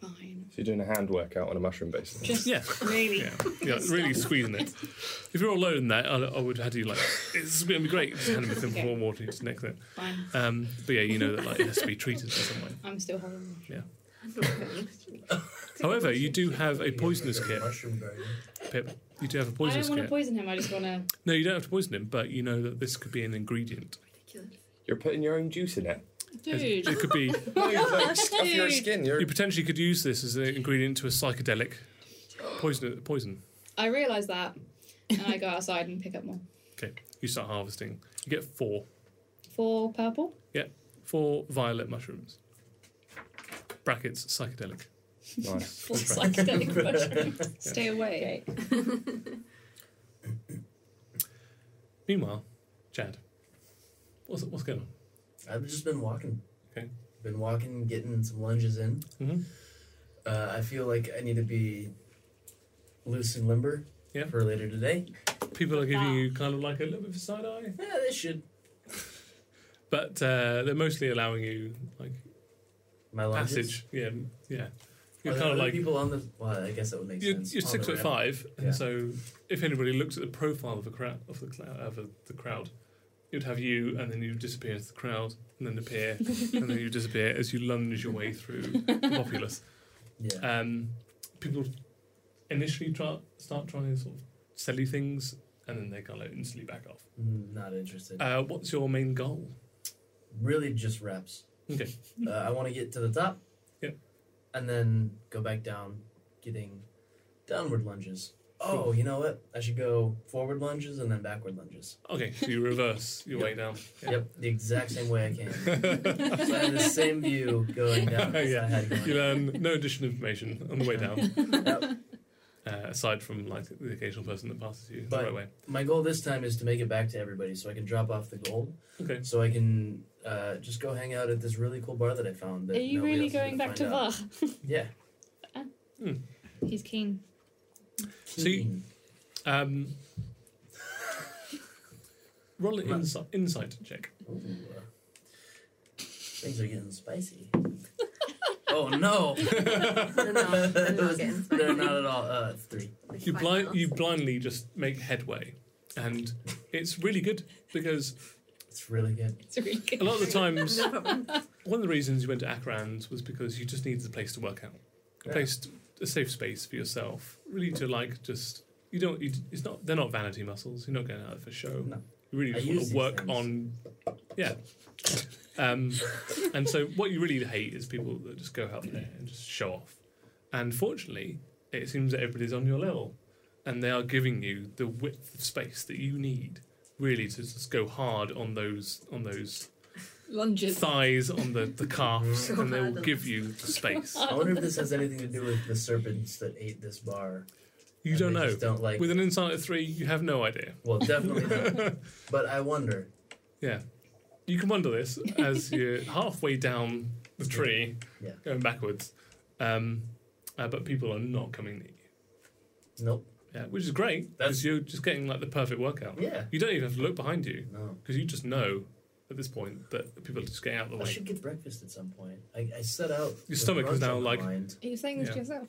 fine. So you're doing a hand workout on a mushroom basis. Just Yeah. really. Yeah, yeah, really squeezing it. If you're all alone in that, I, I would have you like, it's going to be great. Just hand him a thimble Okay. of warm water and just next it. Fine. Um, but yeah, you know that like it has to be treated in some way. I'm still horrible. However, you do have a You get poisonous a kit, Mushroom garden. Pip. You do have a I poisonous don't want kit. to poison him. I just want to. no, you don't have to poison him, but you know that this could be an ingredient. You're putting your own juice in it. It, Dude. it could be. No, you're like stuff your Dude. skin. You're You potentially could use this as an ingredient to a psychedelic poison. Poison. I realise that, and I go outside and pick up more. Okay. You start harvesting. You get four, Four purple. four violet mushrooms. Brackets psychedelic. nice. Four psychedelic mushrooms. Stay away. Meanwhile, Chad, what's what's going on? I've just been walking. Okay. Been walking, getting some lunges in. Mhm. Uh, I feel like I need to be loose and limber Yeah. for later today. People are giving Wow. you kind of like a little bit of a side eye. Yeah, they should. but uh, they're mostly allowing you like My lunges. passage. Yeah, yeah. Are You're there kind of other like people on the. Well, I guess that would make you're, sense. you're On six the foot ramp. five, Yeah. and so if anybody looked at the profile of the crowd of the clou- of a- the crowd, you'd have you, and then you disappear into the crowd, and then appear, and then you disappear as you lunge your way through the populace. Yeah. Um, people initially try, start trying to sort of sell you things, and then they kind of like instantly back off. Mm, Not interested. Uh, what's your main goal? really just reps. Okay. Uh, I want to get to the top. Yep. And then go back down, getting downward lunges. Oh, you know what? I should go forward lunges and then backward lunges. Okay, so you reverse your way down. Yeah. Yep, the exact same way I came. so I had the same view going down. as I yeah, had going. you learn no additional information on the way down, Yep. uh, aside from like the occasional person that passes you the But- right way. My goal this time is to make it back to everybody so I can drop off the gold. Okay. So I can uh, just go hang out at this really cool bar that I found. Are That you nobody really else is going gonna back to find out. Var? Yeah. He's keen. So you- Keen. Um, roll an Right. insi- insight check. Ooh. Things are getting spicy. oh no! They're not- they're not getting spicy. They're not at all. Uh, three. You blind, you blindly just make headway, and it's really good because It's really good. It's a really good. a lot of the times, No problem. one of the reasons you went to Akrand was because you just needed a place to work out, a Yeah. place, to, a safe space for yourself, really to like just. You don't. You, it's not. They're not vanity muscles. You're not going out for show. No. You really I just use want to these work things. on, yeah. Um, and so, what you really hate is people that just go out there and just show off. And fortunately, it seems that everybody's on your level, and they are giving you the width of space that you need, really, to just go hard on those on those Lunges. thighs, on the the calves, Go and they will hard on give you the space. I wonder if this has anything to do with the serpents that ate this bar. You and don't they know. Just don't like. With an insight of three, you have no idea. well, definitely. not. But I wonder. Yeah. You can wonder this as you're halfway down the tree, Yeah. going backwards. Um, uh, but people are not coming Nope. Yeah, which is great That's- because you're just getting like the perfect workout. Yeah. You don't even have to look behind you No. because you just know at this point that people are just getting out of the I way. should get breakfast at some point. I, I set out. with Oh, stomach is brunch now, on my like- mind. Are you saying this Yeah. to yourself?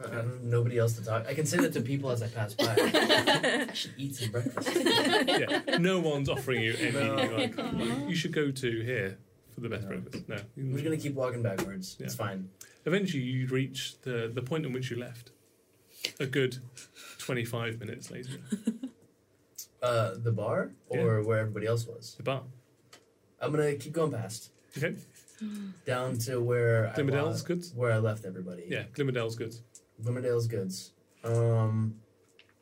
I I have nobody else to talk. I can say that to people as I pass by. I should eat some breakfast. yeah, no one's offering you any. No. Like, "Oh, you should go to here for the best No. breakfast. No, I'm just gonna keep walking backwards. It's Yeah. fine. Eventually, you reach the the point in which you left. A good twenty five minutes later, Uh, the bar or where everybody else was. the bar. I'm gonna keep going past Okay, down to where I Glimmerdale's wa- goods. where I left everybody. Yeah, Glimmerdale's goods. Glimmerdale's goods. Um,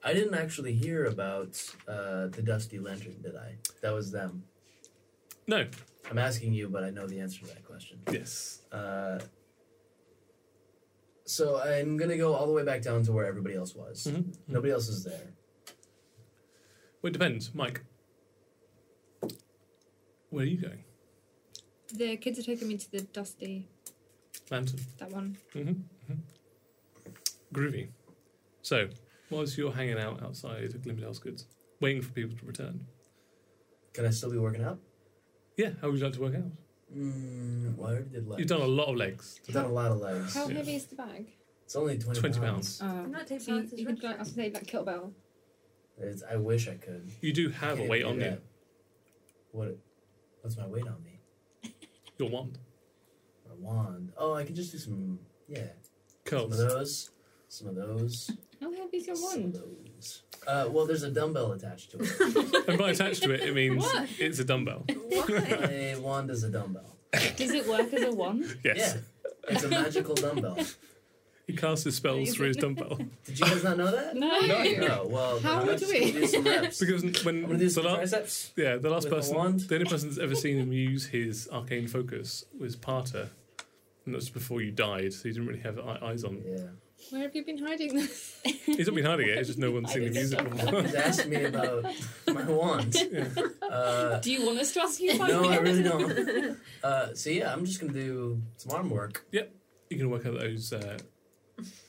I didn't actually hear about uh, the Dusty Lantern, did I? That was them. No. I'm asking you, but I know the answer to that question. Yes. Uh, so I'm gonna go all the way back down to where everybody else was. Mhm. Nobody else is there. Well, it depends, Mike. Where are you going? The kids are taking me to the dusty Lantern. Mm-hmm. that one. Groovy. So, whilst you're hanging out outside of Glimmerdale's goods, waiting for people to return. Can I still be working out? Yeah, how would you like to work out? Mm, well, I already did legs. You've done a lot of legs. I've done a lot of legs. How Yeah. heavy is the bag? It's only 20, 20 pounds. Uh, I'm not taking so you, part in you this could like, I was gonna say like kettlebell. It's, I wish I could. You do have a Can't weight do on you. that. What? What's my weight on me? Your wand. My wand. Oh, I can just do some. Yeah, some of Curls. those. Some of those. How heavy is your Some of wand? those. Uh, well, there's a dumbbell attached to it. and by attached to it, it means What? it's a dumbbell. Why? a wand is a dumbbell. Does it work as a wand? Yes. Yeah, it's a magical dumbbell. He casts his spells through his dumbbell. Did you guys not know that? No. No. Well, How I'm would just we? gonna do some reps. Because I'm when gonna do the some last triceps. Yeah, the last With a person, wand? the only person that's ever seen him use his arcane focus was Parter, and that's before you died, so you didn't really have eye- eyes on. Yeah. Where have you been hiding this? He's not been hiding it; it's just no one's seen the music. He's asked me about my wand. Uh, Do you want us to ask you about no, I it? really don't. Uh, so yeah, I'm just gonna do some arm work. you can work out those uh,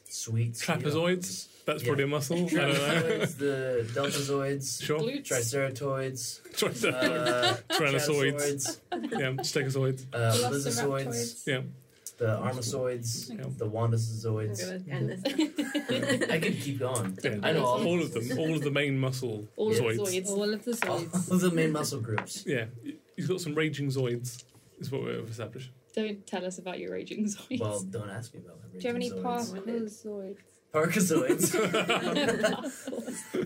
Sweet. trapezoids. That's probably a muscle. I don't know. Trapezoids, the deltazoids, sure. Glutes. triceratoids, Triceratops. uh, Tyrannosoids. Tyrannosoids, Yeah, stegosaurus. uh, Blizzozoids, Velociraptors. Yeah. the armasoids, Yeah. the I'm wandasoids. gonna end this. I could keep going. Yeah. I know all, All of them. All of the main muscle All of the zoids. zoids. All of the all zoids. of the main muscle groups. Yeah, he's got some raging zoids. Is what we've established. Don't tell us about your raging zoids. Well, don't ask me about my Do you have any radizoids. parkozoids? Parkazoids.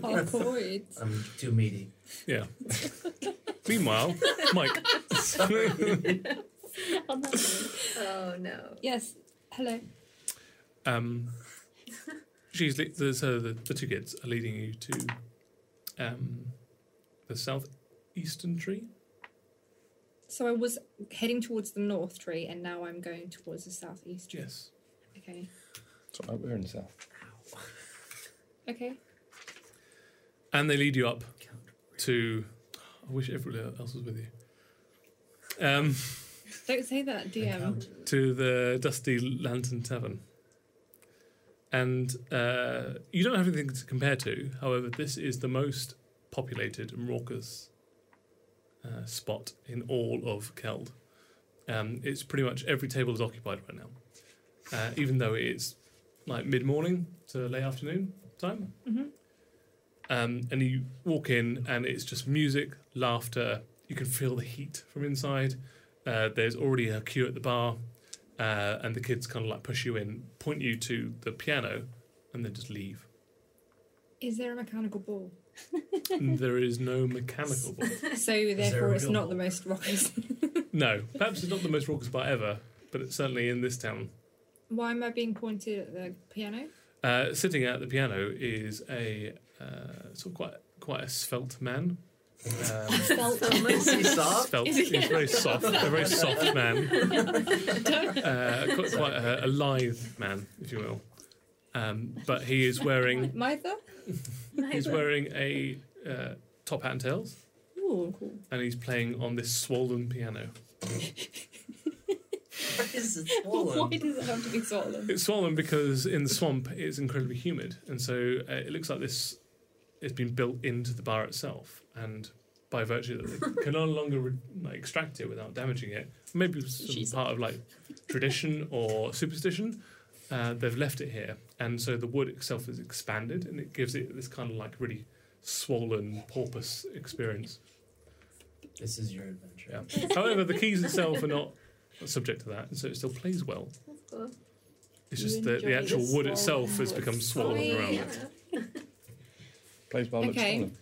Parkoids. I'm too meaty. Meanwhile, Mike. Sorry. Um, On that note, Oh no. Yes. Hello. Um, she's le- the, so the, the two kids are leading you to um, the southeastern tree. So I was heading towards the north tree, and now I'm going towards the southeast. tree. Yes. Okay. It's all right, we're in the south. Okay. And they lead you up to. I wish everyone else was with you. Um, Don't say that, DM. to the Dusty Lantern Tavern. And uh, you don't have anything to compare to. However, this is the most populated and raucous uh, spot in all of Keld. Um, it's pretty much every table is occupied right now, uh, even though it's like mid morning to late afternoon time. Mhm. Um, and you walk in, and it's just music, laughter. You can feel the heat from inside. Uh, there's already a queue at the bar, uh, and the kids kind of like push you in, point you to the piano, and then just leave. Is there a mechanical ball? And there is no mechanical ball. So therefore, a it's real not ball? the most raucous. No, perhaps it's not the most raucous bar ever, but it's certainly in this town. Why am I being pointed at the piano? Uh, sitting at the piano is a uh, sort of quite quite a svelte man. Um, felt- Someone's- Is he soft? Svelte. Is he- He's very soft, a very soft man. Uh, quite quite a, a lithe man, if you will. Um, but he is wearing Mitha? he's wearing a uh, top hat and tails, Ooh, cool. and he's playing on this swollen piano. is it Why swollen? does it have to be swollen? It's swollen because in the swamp it's incredibly humid, and so uh, it looks like this has been built into the bar itself, and by virtue that they can no longer re- like, extract it without damaging it, maybe it's some Jesus. part of like tradition or superstition, uh, they've left it here, and so the wood itself is expanded, and it gives it this kind of like really swollen porpoise experience. This is your adventure. Yeah. However, the keys itself are not subject to that, and so it still plays well. It's You just that the enjoy actual the wood itself swollen has wood. become swollen around. Yeah. Plays well, looks Okay. swollen.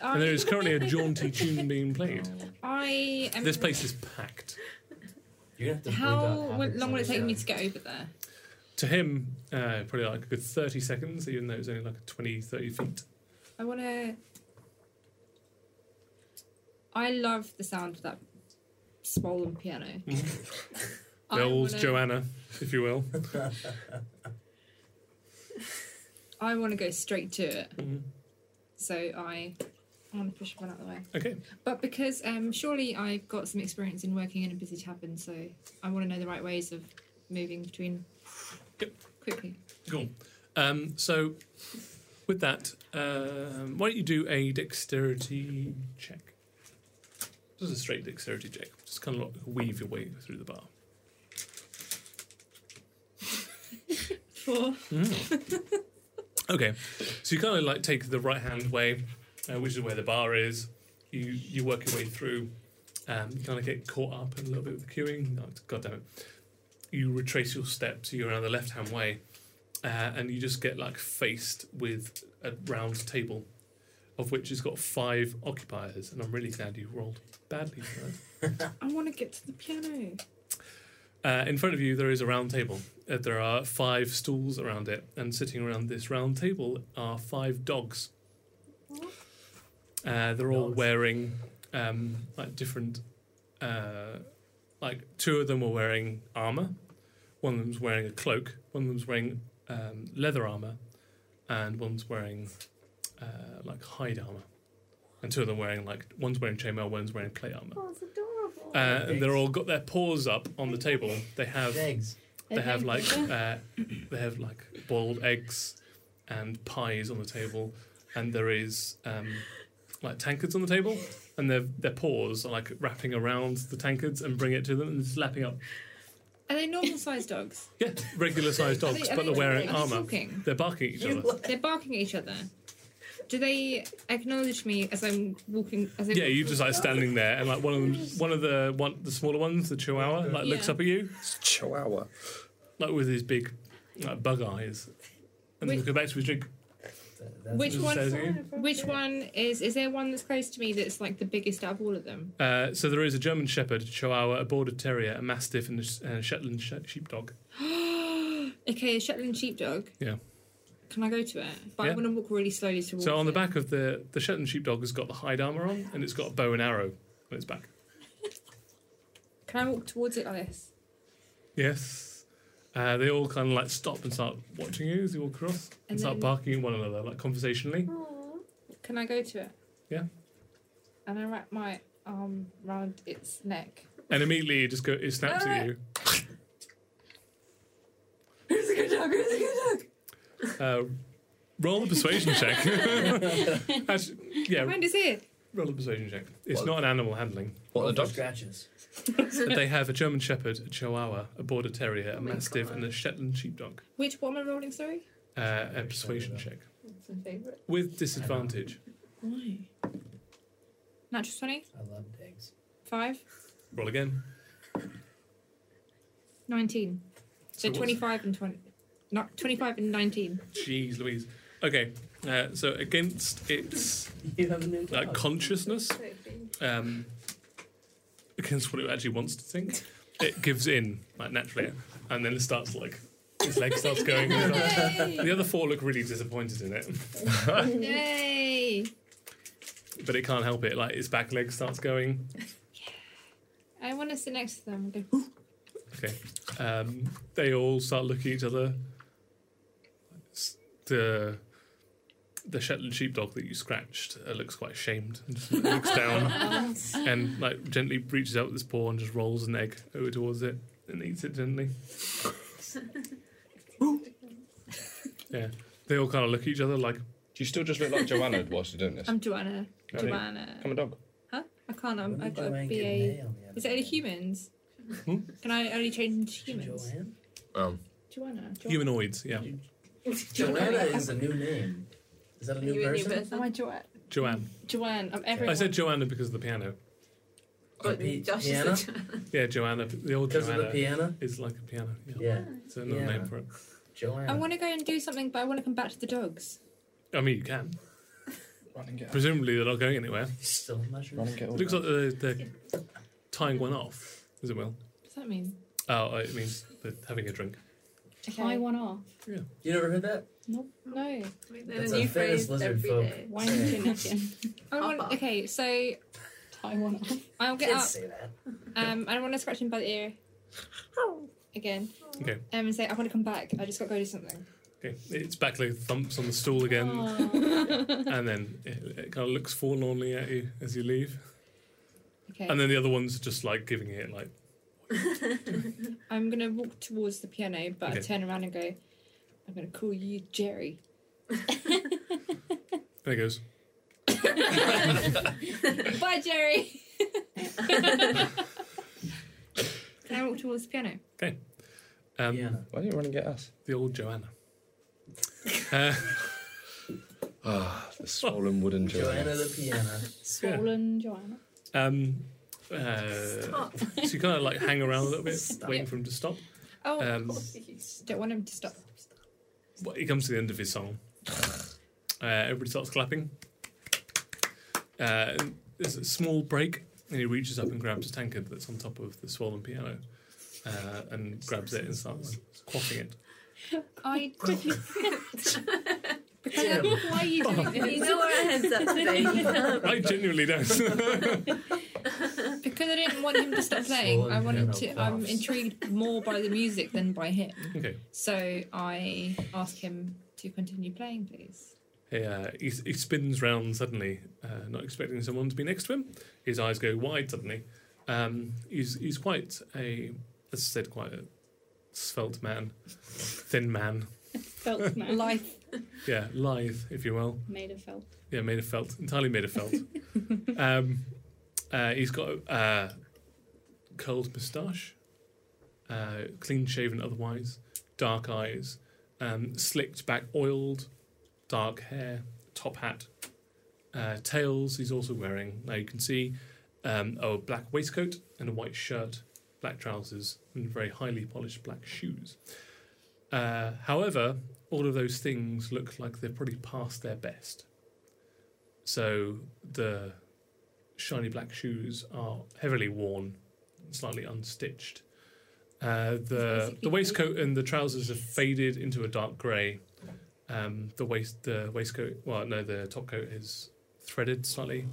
And there I, is currently a jaunty tune being played. I am. This place is packed. You're gonna have to How bleed out wi- habits long will it on take this me guy. to get over there? To him, uh, probably like a good 30 seconds, even though it's only like 20, 30 feet. I want to. I love the sound of that swollen piano. I The old wanna- Joanna, if you will. I want to go straight to it. Mhm. So I, I want to push one out of the way. Okay. But because um, surely I've got some experience in working in a busy tavern, so I want to know the right ways of moving between Yep. quickly. Cool. Um, so, with that, um, why don't you do a dexterity check? Just a straight dexterity check. Just kind of like weave your way through the bar. Four. Mm. Okay, so you kind of like take the right hand way, uh, which is where the bar is. You you work your way through. Um, you kind of get caught up in a little bit with the queuing. Oh, God damn it! You retrace your steps. You're around the left hand way, uh, and you just get like faced with a round table, of which has got five occupiers. And I'm really glad you rolled badly for that. I want to get to the piano. Uh, in front of you, there is a round table. Uh, there are five stools around it, and sitting around this round table are five dogs. Uh, they're all Dogs. wearing um, like different. Uh, like two of them are wearing armor, one of them's wearing a cloak, one of them's wearing um, leather armor, and one's wearing uh, like hide armor, and two of them wearing like one's wearing chainmail, one's wearing plate armor. Oh, it's adorable. Uh, and they're all got their paws up on the table. They have Thanks. they have Everything- like uh, they have like boiled eggs and pies on the table, and there is um, like tankards on the table, and their their paws are like wrapping around the tankards and bring it to them and slapping up. Are they normal sized dogs? Yeah, regular sized Are dogs, they- are but they- they're wearing are they armor. talking? They're barking at each You other. look- They're barking at each other. Do they acknowledge me as I'm walking? As I Yeah, walk you just like standing there, and like one of them, one of the one the smaller ones, the Chihuahua, like looks Yeah. up at you, It's Chihuahua. like with his big like, bug eyes, and then Which- go back to his drink. That- that's Which Just one- stares at you. Which one is? Is there one that's close to me that's like the biggest out of all of them? Uh, so there is a German Shepherd, a Chihuahua, a Border Terrier, a Mastiff, and a, Sh- and a Shetland sh- Sheepdog. Okay, a Shetland sheepdog. Yeah. Can I go to it? But Yeah. I want to walk really slowly towards. So on the it. back of the the Shetland Sheepdog has got the hide armor on, and it's got a bow and arrow on its back. Can I walk towards it like this? Yes. Uh, they all kind of like stop and start watching you as you walk across, and, And start then- barking at one another like conversationally. Can I go to it? Yeah. And I wrap my arm round its neck. And immediately it just go it snaps at you. Who's a good dog? Who's a good dog? Uh, roll the persuasion check. Actually, yeah, Mind his ear. roll the persuasion check. It's Well- not an animal handling. What Well, the for dog? scratches. But they have a German Shepherd, a Chihuahua, a Border Terrier, a Oh my Mastiff, God. and a Shetland Sheepdog. Which one am I rolling? Sorry. Uh, a persuasion Sorry check That's my favourite. with disadvantage. Why? Natural twenty. I love eggs. Five. Roll again. Nineteen. So, what's- twenty-five and twenty. Not twenty-five and nineteen. Jeez, Louise. Okay, uh, so against its You have a new uh, dog. consciousness, So clean. um, against what it actually wants to think, it gives in like naturally, and then it starts like its leg starts going. the other four look really disappointed in it, Yay! but it can't help it. Like its back leg starts going. I want to sit next to them. and Go, Okay. Um, they all start looking at each other. S- The the Shetland sheepdog that you scratched uh, looks quite ashamed and just looks down and like gently reaches out with his paw and just rolls an egg over towards it. and eats it gently. yeah, they all kind of look at each other like, you still just look like Joanna whilst you're doing this? I'm Joanna. Right. Joanna. I'm a dog. Huh? Um, I can't. I'm, I've got to Joanne be can a. nail me. Is it only humans? Hmm? Can I only change into humans? Joanne? Um, Joanna. Joanna. humanoids. Yeah, Joanna is a new name. Is that a new you a new person? Am person? Oh I Joanne? Joanne. Joanne. I'm everyone. I said Joanna because of the piano. But Pi- Josh piano? is a Joanna. Yeah, Joanna. The old Because of the Joanna piano? is like a piano. Yeah, Yeah. it's another Yeah. name for it. Joanna. I want to go and do something, but I want to come back to the dogs. I mean, you can. run and get out. Presumably, they're not going anywhere. Still a mushroom. Run and get It out. looks like they're, they're tying one off, as it will. What does that mean? Oh, it means they're having a drink. To buy one off. You never heard that? Nope. No. There's That's a a new famous phrase lizard every folk. day. Wine and napkin. I want, Papa. okay, so Tie one off. I'll get Kids up. say that. Um, I want to scratch him by the ear. Again. Okay. Um, and say, I want to come back. I just got to go do something. Okay, its back leg thumps on the stool again, Oh, and then it, it kind of looks forlornly at you as you leave. Okay. And then the other one's just like giving it like, I'm going to walk towards the piano, but I Okay. turn around and go, I'm going to call you Jerry. there it goes. Bye, Jerry. Can I walk towards the piano? Um, Piano. Why don't you run and get us? The old Joanna. Uh, Ah, the swollen wooden Joanna. Joanna the piano. Swollen Joanna. um, uh, Stop. so you kind of like hang around a little bit, Stop. waiting for him to stop. Oh, Um, don't want him to stop. Well, he comes to the end of his song. Uh, everybody starts clapping. Uh, and there's a small break, and he reaches up and grabs a tankard that's on top of the swollen piano, uh, and grabs it and starts quaffing it. I quickly. Jim. Why are you doing You this? know where I head's up today. I genuinely don't. Because I didn't want him to stop playing. I Swollen wanted piano to. I'm class. intrigued more by the music than by him. okay. So I ask him to continue playing, please. He, uh, he, he spins round suddenly, uh, not expecting someone to be next to him. His eyes go wide suddenly. Um, he's he's quite a, as I said, quite a svelte man, thin man. Felt man. Life. Yeah, lithe, if you will. Made of felt. Yeah, made of felt, entirely made of felt. um, uh, he's got a uh, curled moustache, uh, clean shaven otherwise, dark eyes, um, slicked back, oiled, dark hair, top hat, uh, tails. He's also wearing. Now you can see um, a black waistcoat and a white shirt, black trousers, and very highly polished black shoes. Uh, however, all of those things look like they're probably past their best. So the shiny black shoes are heavily worn, slightly unstitched. Uh, the the waistcoat and the trousers have faded into a dark grey. Um, the waist the waistcoat well no the top coat is threaded slightly,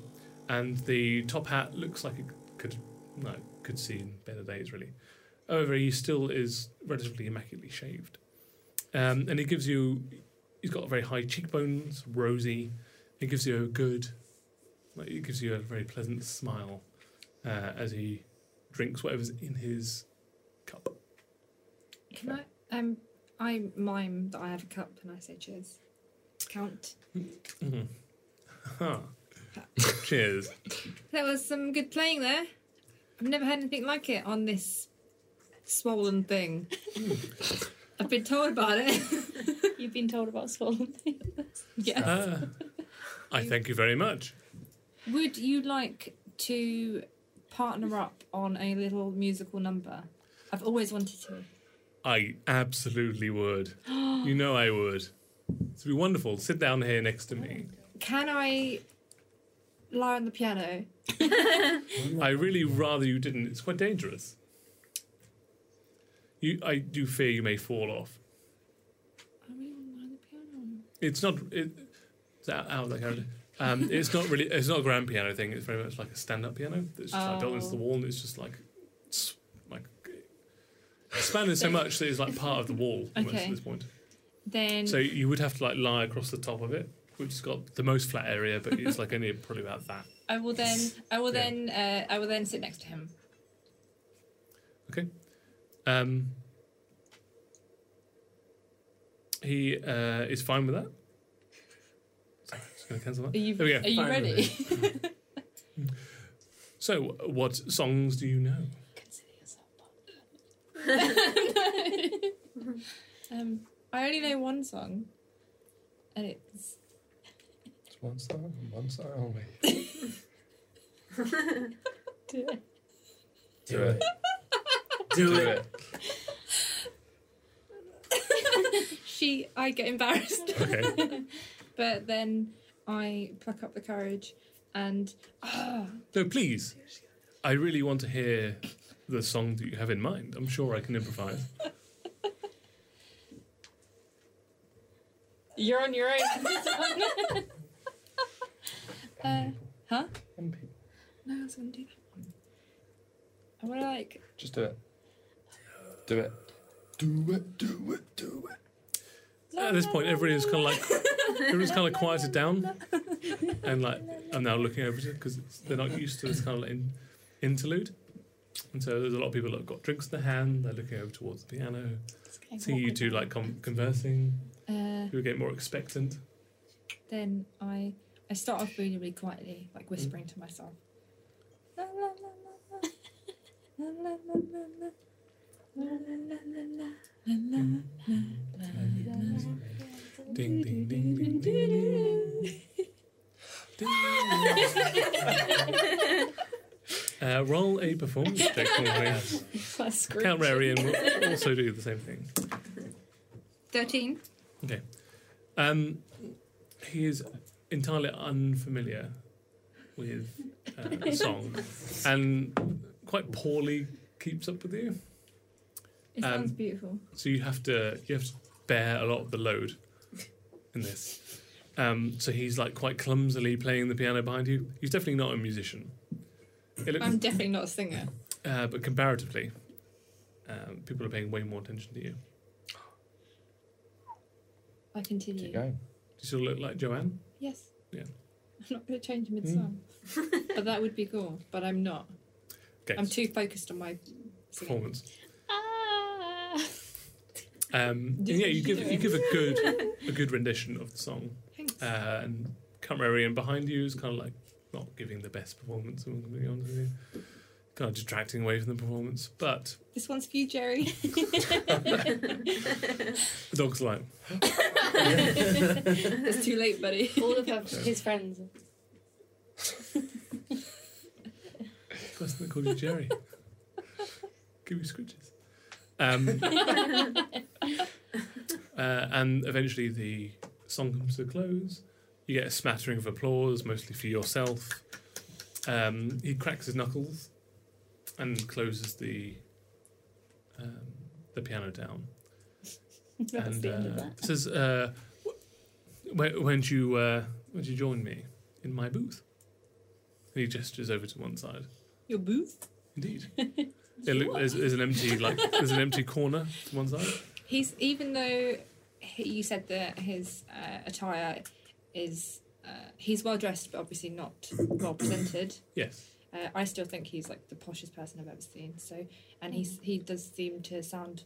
and the top hat looks like it could no could see in better days really. However, he still is relatively immaculately shaved, um, and he gives you he's got very high cheekbones, rosy, it gives you a good, like, it gives you a very pleasant smile uh, as he drinks whatever's in his cup. Can I? Um, I mime that I have a cup and I say cheers. Count. Mhm. Huh. Cheers. That was some good playing there. I've never had anything like it on this swollen thing. I've been told about it. You've been told about swollen things. yeah. Ah. I thank you very much. Would you like to partner up on a little musical number? I've always wanted to. I absolutely would. you know I would. It'd be wonderful. Sit down here next to me. Can I lie on the piano? I really rather you didn't. It's quite dangerous. You, I do fear you may fall off. I really want to lie on the piano. it's not it, it's out, out of the character. Um, it's not really it's not a grand piano thing. It's very much like a stand-up piano that's just like built into the Oh. wall and it's just like s- like expanded so much that it's like part of the wall almost Okay. at this point. Then So you would have to like lie across the top of it, which has got the most flat area, but it's like only probably about that. I will then I will Yeah. then uh, I will then sit next to him. Um, he uh, is fine with that. Sorry, just going to cancel that. Are you, There we go. are you Finally. ready? So, what songs do you know? Consider yourself um, I only know one song, and it's It's one song, one song only. Do it. Do it. She. I get embarrassed. Okay. but then I pluck up the courage and ah, No, please. I really want to hear the song that you have in mind. I'm sure I can improvise. You're on your own. uh, huh? MP. No, I was gonna do that one. I wanna like Just do it. Do it. Do it, do it, do it. At this point, everybody is kind of like everybody's kind of quieted down, and like I'm now looking over to because they're not used to this kind of like in, interlude, and so there's a lot of people that have got drinks in their hand. They're looking over towards the piano, seeing you two like com- conversing. uh, You get more expectant. then I I start off really really quietly, like whispering to myself. La, la, la, la, la. La, la, la, la, la. La, la, la, la, la. La, la, la, Mm. la, la, la. Ding ding ding ding ding. ding. uh, roll a performance check for me. Plus Count Rarian will also do the same thing. Thirteen. Um, he is entirely unfamiliar with uh, the song and quite poorly keeps up with you. It Um, sounds beautiful. So you have to you have to bear a lot of the load in this. Um, so he's like quite clumsily playing the piano behind you. He's definitely not a musician. It looks, I'm definitely not a singer. uh, but comparatively, um, people are paying way more attention to you. Do I Keep continue. going. you still look like Joanne? Yes. Yeah. I'm not going to change mid song. but that would be cool. But I'm not. Okay. I'm too focused on my singing. performance. Ah. Um, and Did yeah, what you you give do. you give a good a good rendition of the song, Thanks. uh, and Camerarian behind you is kind of like not giving the best performance. I'm going to be honest with you, kind of detracting away from the performance. But this one's for you, Jerry. the dog's like, it's too late, buddy. All of her, his friends. person that called you Jerry, give you scritches. Um, uh, and eventually the song comes to a close. You get a smattering of applause, mostly for yourself. Um, he cracks his knuckles and closes the um, the piano down. That's and the end of uh, that. says, uh, wh- wh- "Won't you uh, won't you join me in my booth?" And he gestures over to one side. Your booth? Indeed. It look, there's, there's an empty like there's an empty corner to one side. He's even though he, you said that his uh, attire is uh, he's well dressed, but obviously not well presented. Yes. Uh, I still think he's like the poshest person I've ever seen. So, and he's he does seem to sound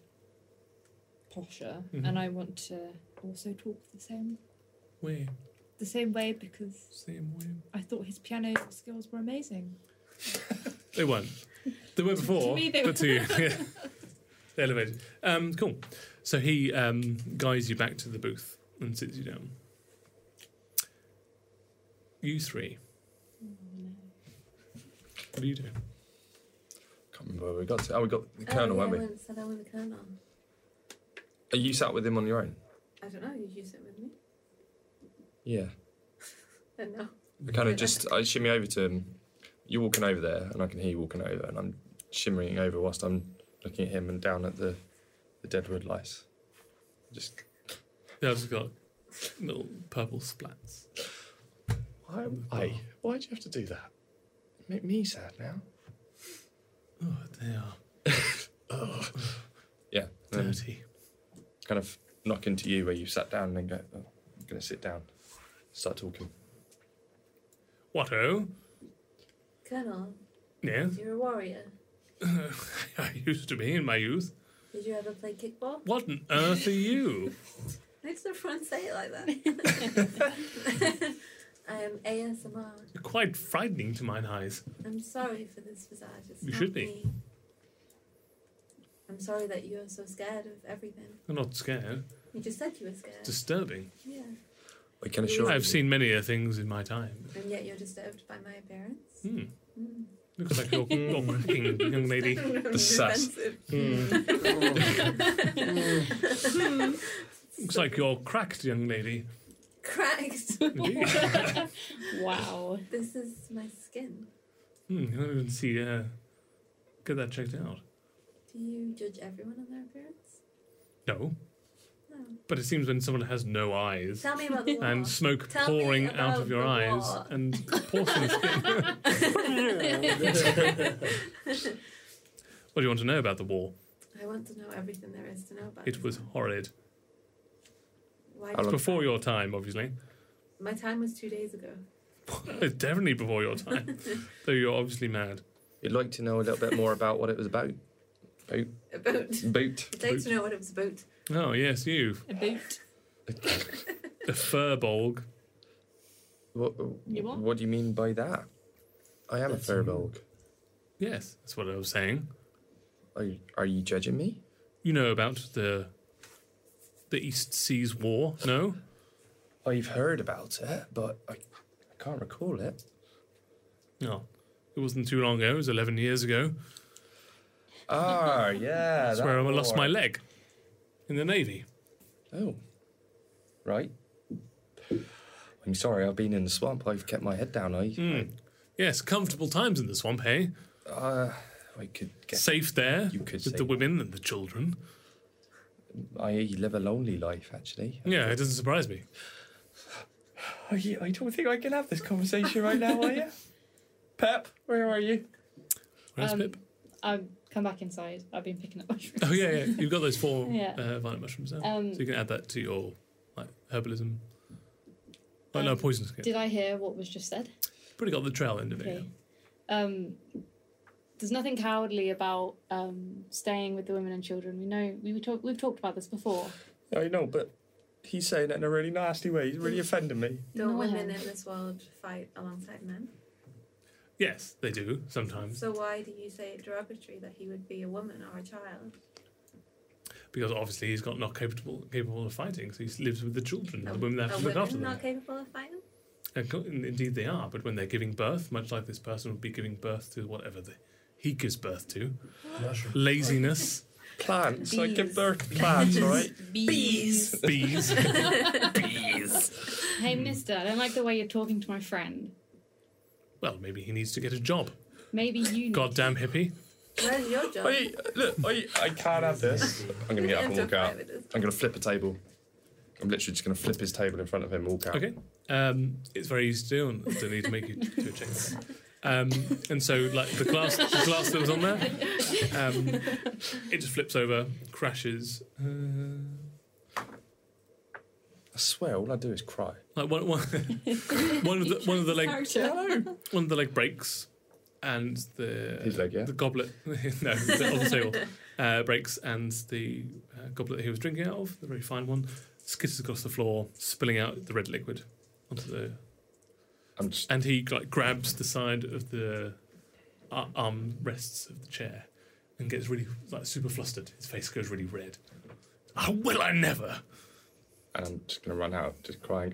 posher, Mhm. and I want to also talk the same Way the same way because same way. I thought his piano skills were amazing. They weren't. They were before, me, they but to you, yeah. They're elevated. Um, cool. So he um, guides you back to the booth and sits you down. You three. What do you do? Can't remember where we got to. Oh, we got the colonel, oh, yeah, weren't we? I went- said I want the colonel. Are you sat with him on your own? I don't know. Did you sit with me? Yeah. Then no. I kind of just I shimmy over to him. You're walking over there, and I can hear you walking over, and I'm shimmering over whilst I'm looking at him and down at the the deadwood lice. Just They've just got little purple splats. why? am I? Why'd you have to do that? Make me sad now. Oh, they are Yeah. Um, and then dirty. Um, kind of knock into you where you sat down, and then go. Oh, I'm gonna sit down. Start talking. What oh? Colonel, Yes. Hmm? you're a warrior. I used to be in my youth. Did you ever play kickball? What on earth are you? Why does everyone say it like that? um, ASMR. You're quite frightening to mine eyes. I'm sorry for this visage. It's You not should be. me. I'm sorry that you're so scared of everything. I'm not scared. You just said you were scared. Disturbing. yeah. I can assure you. I've seen many a things in my time. And yet you're disturbed by my appearance. Hmm. Mm. Looks like you're, you're cracking, young lady. the sass. Looks like you're cracked, young lady. Hmm, Cracked. Indeed. wow. This is my skin. Hmm, you don't even see. Uh, get that checked out. Do you judge everyone on their appearance? No, No. but it seems when someone has no eyes Tell me about the war. and smoke Tell me pouring out about of your the eyes war. and porcelain skin. what do you want to know about the war? I want to know everything there is to know about It was horrid. Why How did- long- Before your time, obviously. My time was two days ago. Definitely before your time. Though you're obviously mad. You'd like to know a little bit more about what it was about. About. Boot. I'd like to know what it was about. Oh, yes, you. A boot. The Furbolg. What, You what? do you mean by that? I am That's a Furbolg. Yes, that's what I was saying. Are, are you judging me? You know about the the East Seas War, no? I've heard about it, but I, I can't recall it. No. It wasn't too long ago, it was 11 years ago. Ah, yeah. That's that where I lost war. my leg. In the Navy. Oh, right. I'm sorry, I've been in the swamp. I've kept my head down. I, Hmm. Yes, comfortable times in the swamp, hey? I, uh, I could get. Safe there You could with say the that. women and the children. I live a lonely life, actually. Yeah, it doesn't surprise me. Are you, I don't think I can have this conversation right now, are you? Pep, where are you? Where's Um, Pip? I've come back inside. I've been picking up mushrooms. Oh, yeah, yeah. You've got those four Yeah. uh, violet mushrooms there. Um, so you can add that to your like herbalism. Oh, no, Um, poison skin. Did I hear what was just said? Pretty got the trail end of it. Okay. Um, there's nothing cowardly about um, staying with the women and children. We know we were talk- we've talked about this before. I know, but he's saying it in a really nasty way. He's really offending me. Don't No. women in this world fight alongside men? Yeah. Yes, they do sometimes So why do you say it derogatory that he would be a woman or a child? because obviously he's got not capable capable of fighting, so he lives with the children, Are- the women that are have to look women after them. not capable of fighting? And co- and indeed, they are. But when they're giving birth, much like this person would be giving birth to whatever the, he gives birth to, Mushroom. laziness, Plants. I give Bees. birth to plants, all right? Bees. bees. Hey, Mister, I don't like the way you're talking to my friend. Well, maybe he needs to get a job. Maybe you. Goddamn hippie. Where's your job? I, look, I, I can't have this. I'm gonna get up and walk out. It is. I'm gonna flip a table. I'm literally just gonna flip his table in front of him and walk out. Okay. Um, it's very easy to do, and I don't need to make you do a check. Um, and so, like the glass, the glass that was on there, um, it just flips over, crashes. Uh, I swear, all I do is cry. like one, one, one of the one of the like Character. one of the leg breaks, and the His leg, yeah? the goblet no the, on the table uh, breaks, and the uh, goblet he was drinking out of, the very fine one, skitters across the floor, spilling out the red liquid onto the I'm just. and he like grabs the side of the uh, arm rests of the chair and gets really like super flustered. His face goes really red. Oh, will I never? And I'm just gonna run out, just crying,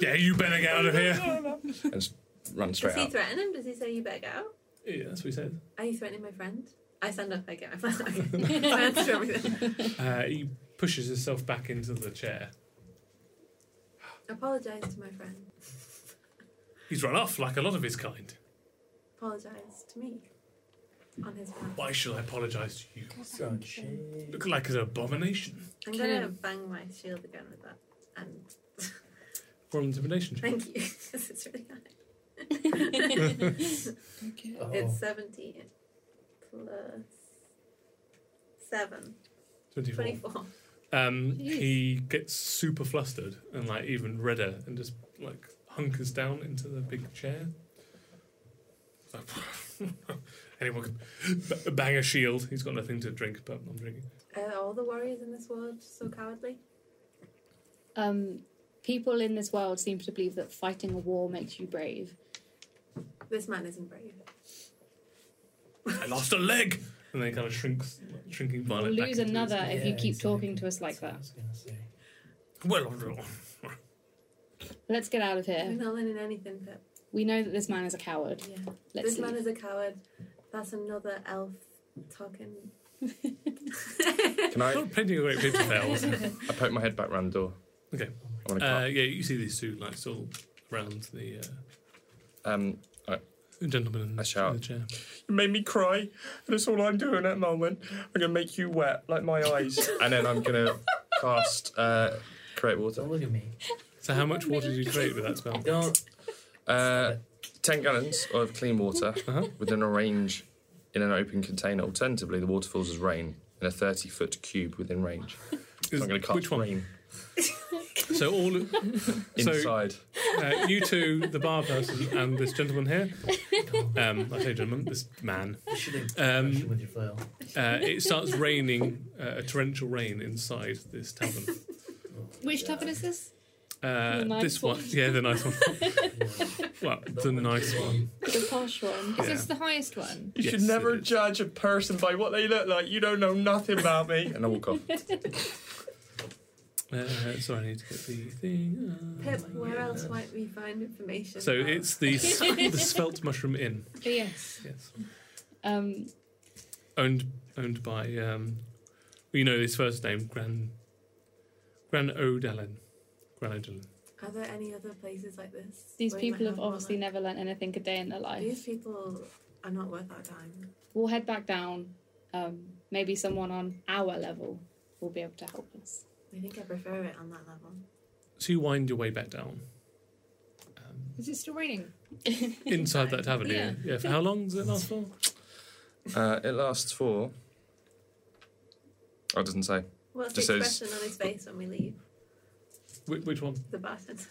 Yeah, you better get out of here. and just run Does straight he out. threaten him? Does he say you better get out? Yeah, that's what he said. Are you threatening my friend? I stand up again. I'm like, I answer everything. Uh, he pushes himself back into the chair. Apologise to my friend. He's run off like a lot of his kind. Apologise to me. On his behalf. Why should I apologise to you? Son, shit. Look like an abomination. I'm Kill gonna him. bang my shield again with that. And For intimidation. check. thank you. 'cause it's really high. Oh. It's 17 plus 7. 24. 24. Um, he gets super flustered and like even redder and just like hunkers down into the big chair. Like, Anyone could b- bang a shield. He's got nothing to drink, but I'm drinking. Are all the warriors in this world so cowardly? Um, people in this world seem to believe that fighting a war makes you brave. This man isn't brave. I lost a leg, and then he kind of shrinks, shrinking You'll Violet. back lose into his- another if you Yeah, keep exactly. talking to us like that. That's what I was gonna say. Well, I'm wrong. Let's get out of We're here. not learning anything, Pip. We know that this man is a coward. Yeah. Let's this man leave. is a coward. That's another elf talking. Can I? not painting a great picture there. also. I poke my head back round the door. Okay. I want to Uh, yeah, you see these two like still around the uh, Um, gentleman in I shout. the chair. You made me cry. That's all I'm doing at the moment. I'm gonna make you wet like my eyes. and then I'm gonna cast uh, create water. Don't look at me. So how much water did you create with that spell? Don't. Uh, ten gallons of clean water Uh-huh. within a range in an open container. Alternatively, the water falls as rain in a thirty-foot cube within range. Is- I'm gonna cast which one? rain So all So- inside. uh, you two, the bar person, and this gentleman here. Um, I say gentleman, this man. You should have Um, brushed it with your flail. Uh, it starts raining, uh, a torrential rain inside this tavern. Which tavern is this? Uh, The nice this one, one. yeah, the nice one. well, the nice one. The posh one. Is Yeah. this the highest one? You Yes, should never it is. judge a person by what they look like. You don't know nothing about me. And I walk off. Uh, sorry, I need to get the thing. Pip, where else might we find information? Uh, Oh so about- it's the s- the Spelt Mushroom Inn. Yes. Yes, Um, owned owned by um, well, you know his first name, Gran Gran O'Dallin. Gran O'Dallin. Are there any other places like this? these where we might people have more obviously luck? never learnt anything a day in their life. These people are not worth our time. We'll head back down. Um, maybe someone on our level will be able to help us. I think I prefer it on that level. So you wind your way back down. Um, Is it still raining? Inside that tavern, yeah. Yeah. Yeah, for how long does it last for? Uh, it lasts for. Oh, it doesn't say. What's Just the says- expression on his face when we leave? Which, which one? The bartender.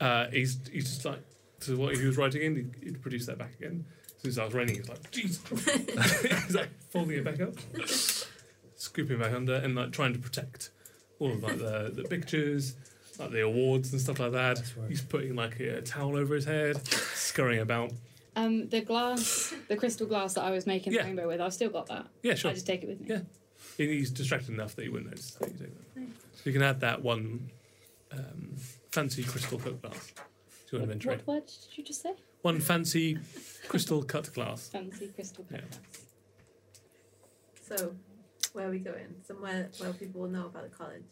Uh, he's, he's just like, to what he was writing in, he, he produced that back again. As soon as I was raining, he's like, Jesus. he's like, folding it back up, scooping it back under, and like trying to protect all of like the, the pictures, like the awards and stuff like that. That's right. He's putting like a towel over his head, scurrying about. Um, the glass, the crystal glass that I was making the Yeah. rainbow with, I've still got that. Yeah, sure. I just take it with me. Yeah. He- He's distracted enough that he wouldn't notice that you take that. So you can add that one um, fancy crystal cut glass to your What, inventory. what word did you just say? One fancy crystal cut glass. Fancy crystal Yeah. glass. so, where are we going? Somewhere where people will know about the college.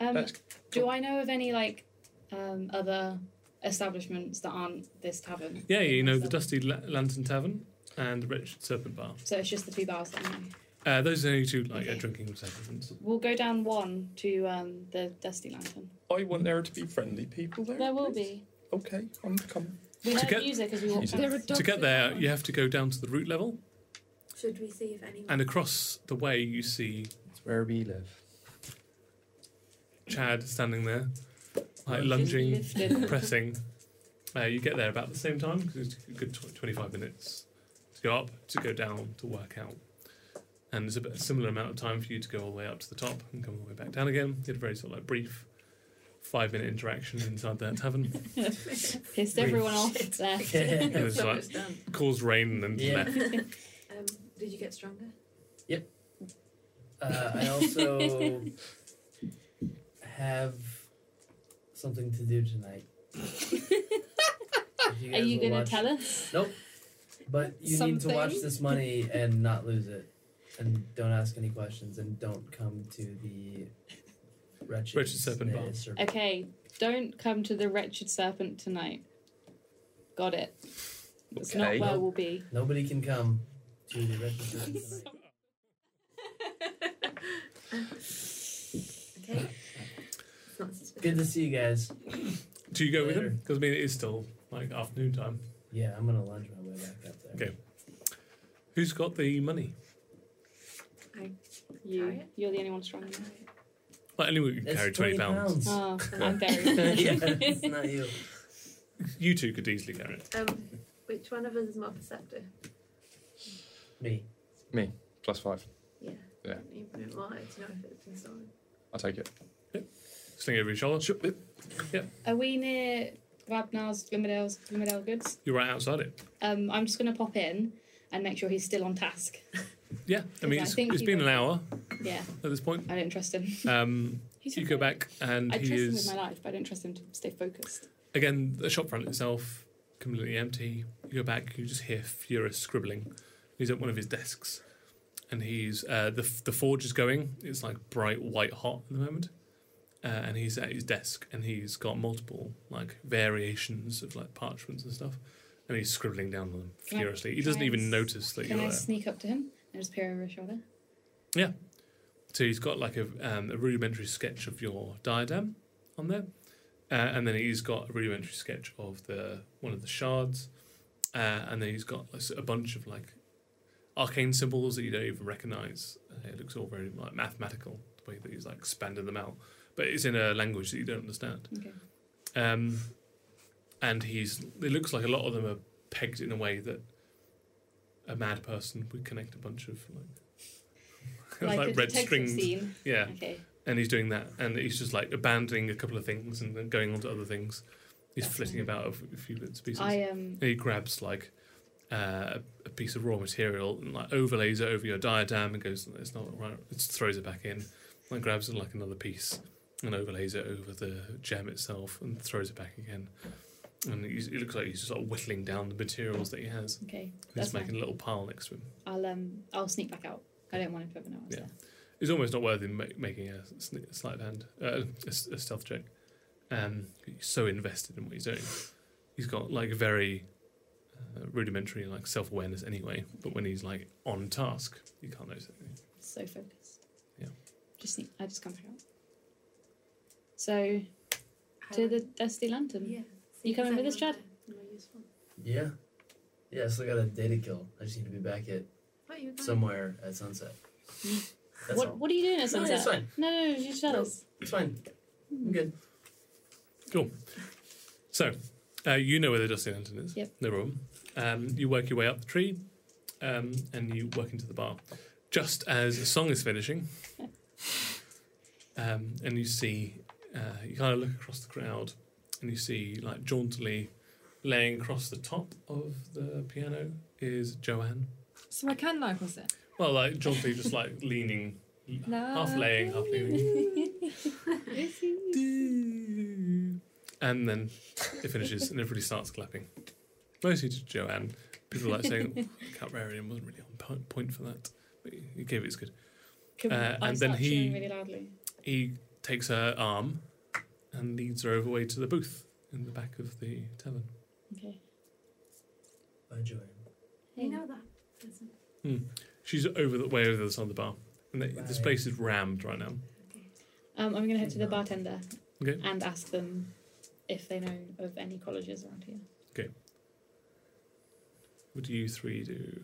Um, That's do I know of any like um, other establishments that aren't this tavern? Yeah, you know the So- Dusty La- Lantern Tavern and the Wretched Serpent Bar. So it's just the two bars that I know. Uh, those are the only two like uh, Okay. drinking establishments. We'll go down one to um, the Dusty Lantern. I want there to be friendly people there. There will please. be. Okay, I'm coming. We heard get- music as we walk Jesus. past. To get there, you have to go down to the root level, Should we see if anyone? and across the way you see It's where we live. Chad standing there, like lunging, Lifted. pressing. Uh, you get there about the same time because it's a good tw- 25 minutes to go up, to go down, to work out. And there's a, bit- a similar amount of time for you to go all the way up to the top and come all the way back down again. You had a very sort of like brief five minute interaction inside that tavern. Pissed everyone off. Left. It was like, done. caused rain and Yeah. left. Um, did you get stronger? Uh, I also have something to do tonight. If Ah, Are guys you will gonna watch- tell us? But you need to watch something? this money and not lose it, and don't ask any questions, and don't come to the wretched, Wretched Serpent uh, Bar. serpent. Okay, don't come to the wretched serpent tonight. Got it. It's Okay. not where we'll be. Nobody can come to the wretched serpent tonight. Okay. It's not suspicious. Good to see you guys. Do you go with Later. him? Because I mean, it is still like afternoon time. Yeah, I'm gonna lunge my way back up there. Okay. Who's got the money? You, Alright. you're the only one strong enough. Well, anyone can That's carry 20 pounds. Oh, Well. I'm yeah, very. it's not you. You two could easily carry it. Um, which one of us is more perceptive? Me. Plus five. Yeah. Yeah. You put it wide to know if it's inside. I'll take it. Sling over your shoulder. Are we near Vabnar's Glimmerdale's Glimmerdale goods? You're right outside it. Um, I'm just going to pop in and make sure he's still on task. Yeah, I mean, I it's, think it's he been an would- hour Yeah, at this point. I don't trust him. Um, He's you go back, and I trust he him with is my life, but I don't trust him to stay focused. again the shop front itself completely empty. You go back, you just hear furious scribbling. He's at one of his desks, and he's uh, the the forge is going. It's like bright white hot at the moment, uh, and he's at his desk, and he's got multiple like variations of like parchments and stuff, and he's scribbling down on them Can I- furiously. He can doesn't I even s- notice that Can you're uh, I there. sneak up to him and just peer over his shoulder? So he's got like a, um, a rudimentary sketch of your diadem on there, uh, and then he's got a rudimentary sketch of the one of the shards, uh, and then he's got a s- a bunch of like arcane symbols that you don't even recognize. Uh, it looks all very like mathematical the way that he's like expanded them out, but it's in a language that you don't understand. Okay. Um, and he's it looks like a lot of them are pegged in a way that a mad person would connect a bunch of like a detective Scene. yeah Okay. and he's doing that, and he's just like abandoning a couple of things and then going on to other things. He's That's flitting fine. about a f- a few bits and pieces. I um. And he grabs like uh, a piece of raw material and like overlays it over your diadem and goes, "It's not right." It just throws it back in, and grabs like another piece and overlays it over the gem itself and throws it back again. And he's, it looks like he's just sort of whittling down the materials that he has. Okay. He's That's making fine. a little pile next to him. I'll um. I'll sneak back out. I don't want him to ever know. I was Yeah. It's almost not worth him ma- making a, sne- a sleight of hand, uh, a, s- a stealth check. Um, he's so invested in what he's doing. He's got like very uh, rudimentary like self awareness anyway, but when he's like on task, you can't notice anything. so focused. Yeah. Just sneak. I just come back out. So How to would- the dusty lantern. Yeah. You coming with us, Chad? Chad? Yeah. Yeah, I still got a day to kill. I just need to be back at What you going? somewhere at sunset. That's What all. What are you doing at No, it's sunset? fine. No, no, no, you tell No. us. It's fine. I'm good. So, uh, you know where the dusty lantern is. Yep. No problem. Um, you work your way up the tree, um, and you work into the bar. Just as the song is finishing, um, and you see, uh, you kind of look across the crowd, and you see like jauntily laying across the top of the piano is Joanne. So I can like was it? Well, like jauntily, just like leaning, half laying, half leaning. and then it finishes and everybody starts clapping. Mostly to Joanne. People like saying Caprarian wasn't really on po- point for that, but he- he gave it his good. Can we- Uh, I and then start cheering he- really loudly. He takes her arm and leads her over way to the booth in the back of the tavern. Okay. I enjoy it. You know that. doesn't it? She's over the way over the other side of the bar, and th this Right. place is rammed right now. Um, I'm gonna head to the bartender Okay. and ask them if they know of any colleges around here. What do you three do?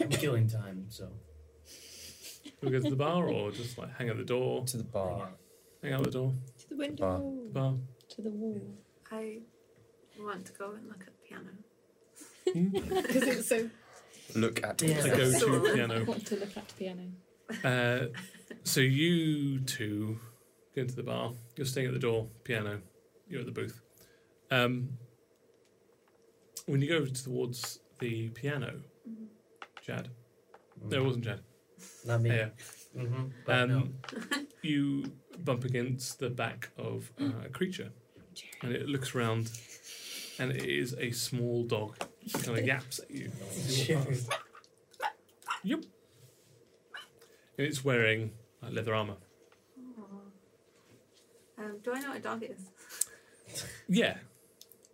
I'm killing time, so. Do we go to the bar or just like hang at the door? To the bar. Hang out the door. To the window. The bar. To the wall. I want to go and look at the piano. Because it's so. Look at Yeah. To it. Hmm. go to Excellent. I piano. want to look at the piano. Uh, so you two go into the bar. You're staying at the door, piano. You're at the booth. Um, when you go towards the piano, Jad. No, it wasn't Jad. Not me. Yeah. Mm-hmm. Um, You bump against the back of uh, a creature, and it looks round, and it is a small dog. Kind of yaps at you. as you walk past. Yep. And it's wearing uh, leather armor. Um, do I know what a dog is? Yeah.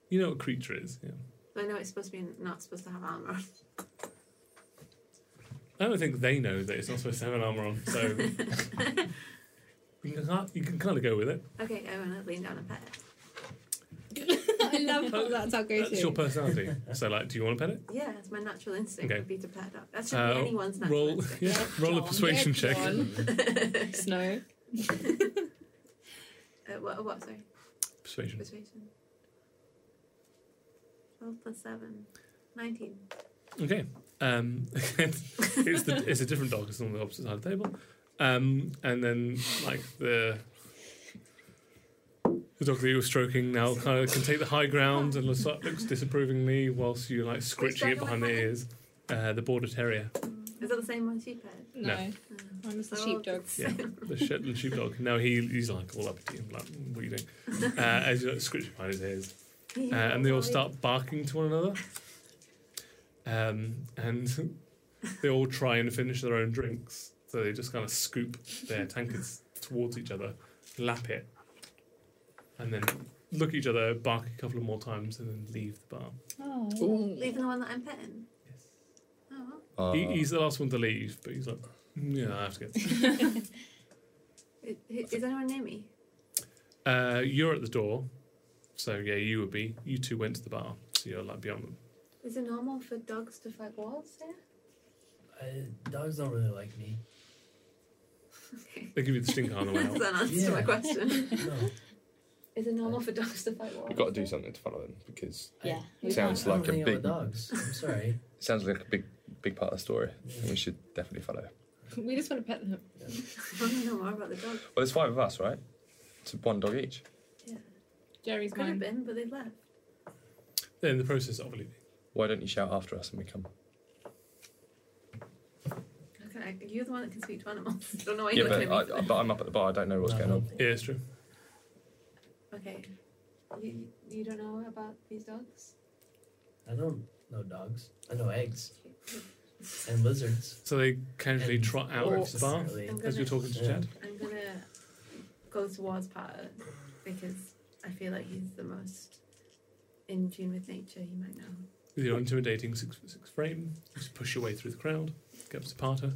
You know what creature is, yeah. I know it's supposed to be not supposed to have armor. on. I don't think they know that it's not supposed to have an armor on, so you can ha- you can kind of go with it. Okay, I want to lean down and pet it. I love how that's our go That's your to. personality. So, like, do you want to pet it? Yeah, it's my natural instinct Okay. would be to pet a dog. That should be Uh, anyone's natural Roll, instinct. yeah, roll a John. persuasion check. Snow. Uh, what, what, sorry? Persuasion. Persuasion. 12 plus 7. 19. Okay. Um, it's, the, it's a different dog. It's on the opposite side of the table. Um, and then, like, the the dog that you were stroking now kind of can take the high ground and looks, looks disapprovingly whilst you're, like, scritching it behind the ears. Uh, the border terrier. Is that the same one she paired? No. No, mine was the Oh, sheepdog. that's- Yeah, the Shetland sheepdog. Now he, he's like all up to you, like, what are you doing? Uh, as you like, scritch behind his ears. uh, and they all start barking to one another. Um, and they all try and finish their own drinks. So they just kind of scoop their tankards towards each other, lap it, and then look at each other, bark a couple of more times, and then leave the bar. Oh, Leaving the one that I'm petting. Oh, well. Uh, he, he's the last one to leave, but he's like, "Mm, yeah, I have to get. Is, is anyone near me? Uh, you're at the door, so yeah, you would be. You two went to the bar, so you're like beyond them. Is it normal for dogs to fight walls here? I, dogs don't really like me. They give you the stink eye on the way That's out. an answer to my Yeah. question. No. Is it normal for dogs to fight walls? We've got to do something to follow him because yeah. we Sounds I don't like a hang out big- with dogs. I'm sorry. it sounds like a big, big part of the story. and We should definitely follow. Well, We just want to pet them. I want to know more about the dog. there's five of us, right? It's one dog each. Jerry's Could have mine. been, but they left. They're in the process of leaving. Why don't you shout after us and we come? Okay, you're the one that can speak to animals. don't know why yeah, you're looking but, at me. I, but I'm up at the bar. I don't know what's going on. Yeah, it's true. okay. You, you don't know about these dogs? I don't know dogs. I know eggs and lizards. So they casually And trot out of orcs, the bar apparently. I'm as you're gonna, talking to Yeah. Chad. I'm gonna go towards Potter because I feel like he's the most in tune with nature. He might know. With your intimidating six six frame, you just push your way through the crowd, get up to Parter,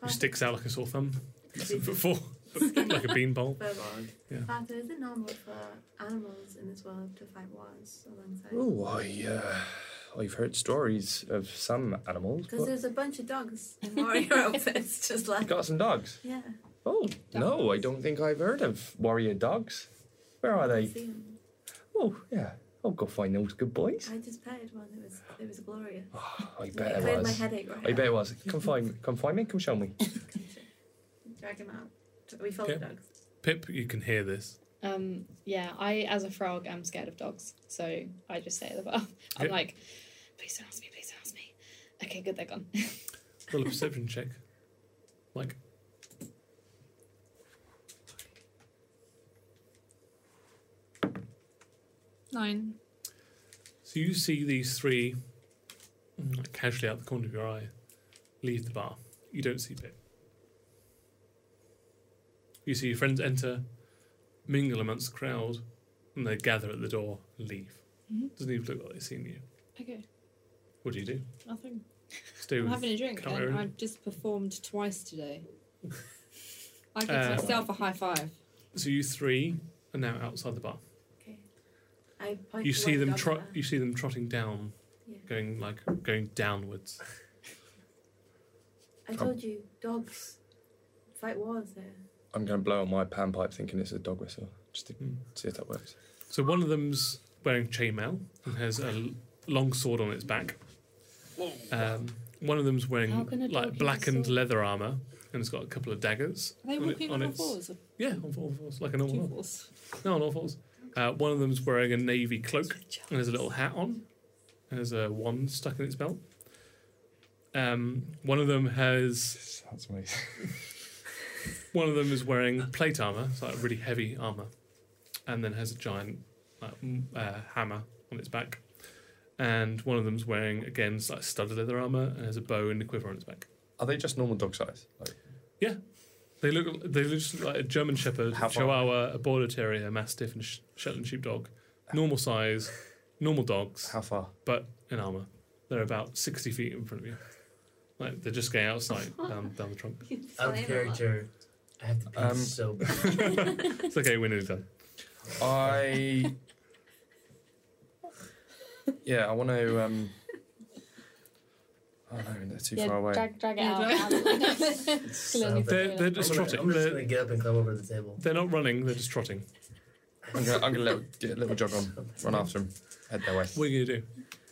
who Parter. sticks out like a sore thumb. Seven foot four, like a bean bowl. Furbog. Yeah. Father, is it normal for animals in this world to fight wars alongside? Oh, I, uh, I've heard stories of some animals. Because But there's a bunch of dogs in warrior outfits, just you like got some dogs. yeah. Oh no, I don't think I've heard of warrior dogs. Where are I they? see 'em. Oh yeah, I'll go find those good boys. I just petted one. It was it was glorious. I bet cleared it my was. headache Oh, right I bet out. it was. Come find me. Come find me. Come show me. Drag him out. We follow Okay. dogs. Pip, you can hear this. Um, yeah, I as a frog am scared of dogs, so I just say at the bar. I'm Okay. like, please don't ask me, please don't ask me. Okay, good, they're gone. Roll a perception check. Like, Nine. so you see these three mm, like, casually out the corner of your eye leave the bar. You don't see Pip. You see your friends enter, mingle amongst the crowd, and they gather at the door and leave. Mhm. Doesn't even look like they've seen you. Okay, What do you do? nothing. Stay I'm with having a drink. Cameron. And I've just performed twice today. I give Uh, myself a high five. So you three are now outside the bar. Okay. I point You to see one them dog trot. there. You see them trotting down, Yeah. going like going downwards. I told you, dogs fight wars there. I'm going to blow on my panpipe thinking it's a dog whistle, just to Hmm. see if that works. So one of them's wearing chainmail and has a l- long sword on its back. Um, one of them's wearing How can a dog use like a blackened sword? leather armor and it's got a couple of daggers. Are they on it- walking on on all its- fours or Yeah, on all fours, like a two normal. fours? No, on all fours. Uh, one of them's wearing a navy cloak and has a little hat on and has a wand stuck in its belt. Um, one of them has Sounds amazing. One of them is wearing plate armor, so like really heavy armor, and then has a giant like, m- uh, hammer on its back. And one of them's wearing again it's like studded leather armor and has a bow and a quiver on its back. Are they just normal dog size? Like, They look they look just like a German Shepherd, How far? Chihuahua, a Border Terrier, Mastiff, and Sh- Shetland Sheepdog. Normal size, normal dogs, how far? but in armor. They're about sixty feet in front of you. Like they're just going outside down, down the trunk. Out of Flame character. I have to pee Um, so bad. It's okay, we're nearly done. I. yeah, I want to. Um... Oh no, they're too yeah, far away. drag, drag it Yeah, out. so bad. They're, they're just I'm gonna, I'm trotting. just They're, gonna get up and climb over the table. they're not running. They're just trotting. I'm going to I'm gonna let, get a little jog on, run after them, head their way. What are you gonna do?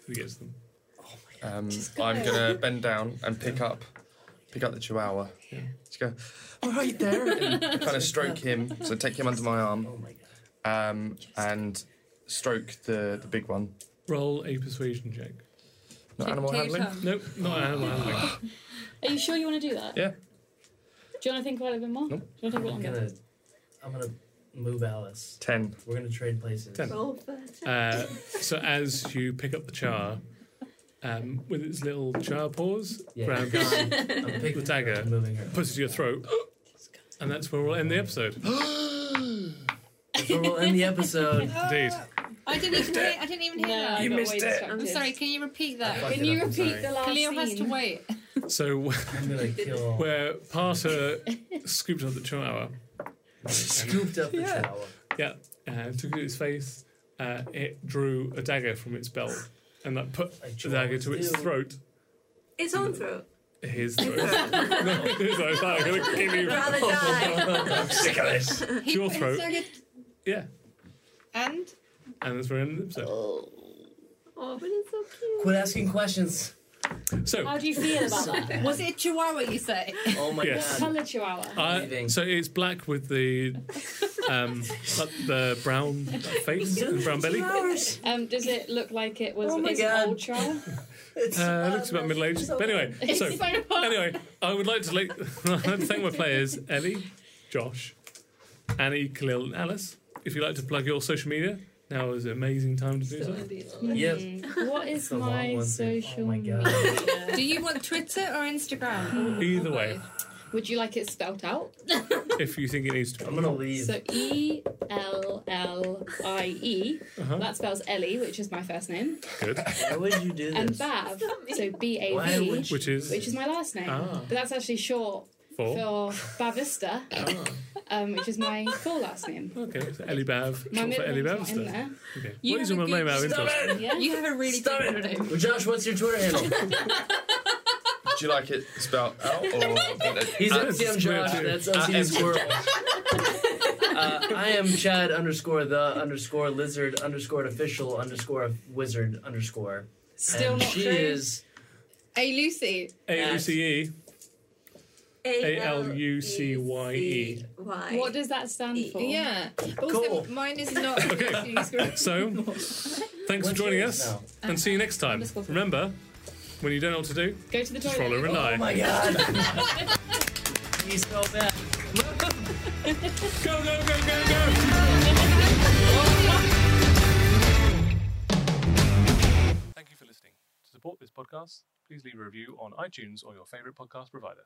When you get to them. Oh my god. Um, Just go. I'm gonna bend down and pick up, pick up the chihuahua. Just go, all right there, and kind of stroke him. So take him under my arm Oh my god. um, and stroke the the big one. Roll a persuasion check. Not Take- animal take your handling. time. Nope, not animal handling. Are you sure you want to do that? Yeah. Do you want to think about it a bit more? Nope. Do you want to think I'm about it? gonna, I'm gonna move Alice. Ten. We're gonna trade places. Ten. Roll first. Uh, so as you pick up the char, um, with its little char paws, Yeah. Brown I'm guy picking The dagger her up and moving her. puts it to your throat, and that's where we'll end the episode. So we'll end the episode. Indeed. I didn't even hear. I didn't even hear No, I that. got way I'm distracted. sorry. Can you repeat that? Fuck Can it you up, I'm repeat sorry. the last Cleo scene? has to wait. So I'm gonna kill. where Parter scooped up the chihuahua, Scooped up the Yeah. chihuahua. yeah, uh, took it to its face, uh, it drew a dagger from its belt, and that put Like the dagger to its chihuahuas do. throat. It's on throat. His throat. no, his throat. I'm gonna give you- Rather die. Sick of this. He Your put his throat. target- Yeah, And and that's where we end the episode. Oh, but it's so cute. Quit asking questions. So How do you feel about that? was it a chihuahua? You say? Oh my Yes. god. Colour chihuahua. I, Leaving. so it's black with the um, uh, the brown face and brown belly. Uh, Um, does it look like it was Oh my it's an God. old chihuahua? it looks about middle aged. But anyway, so anyway, I would like to like, I'd like to thank my players Ellie, Josh, Annie, Khalil, and Alice. If you'd like to plug your social media, now is an amazing time to do so. Yep. Hmm, What is a long my one, too. Oh social my God. media? Do you want Twitter or Instagram? Either way, Would you like it spelt out? if you think it needs to I'm be. gonna leave. So E L L I E. Uh-huh. That spells Ellie, which is my first name, Good. Why would you do and this? Bav, so B A Why V, would you? Which is which is my last name. Ah. But that's actually short four. for Bavista, Oh. um, which is my full last name. Okay, so Ellie Bav. My Short for middle Ellie name's not in Bavster. there. Okay. You what is your have a middle name good- out of Stop interest? it! Yeah. You have a really Stop good it! name. Well, Josh, what's your Twitter handle? Do you like it spelled out or? He's That's Uh, MCM weird, Josh. too. That's MCM World. Uh, I am Chad underscore the underscore lizard underscore official underscore wizard underscore. Still and not she true. is Hey Lucy, A U C E. A L U C Y E. Y. What does that stand for? yeah. Also, Cool. mine is not. Okay. So, thanks for What's joining yours us, now? and see you next time. Underscore. Remember, when you don't know what to do, Go to the just toilet. roll over and Oh die. my god. He's so bad. Go, go, go, go, go! Thank you for listening. To support this podcast, please leave a review on iTunes or your favorite podcast provider.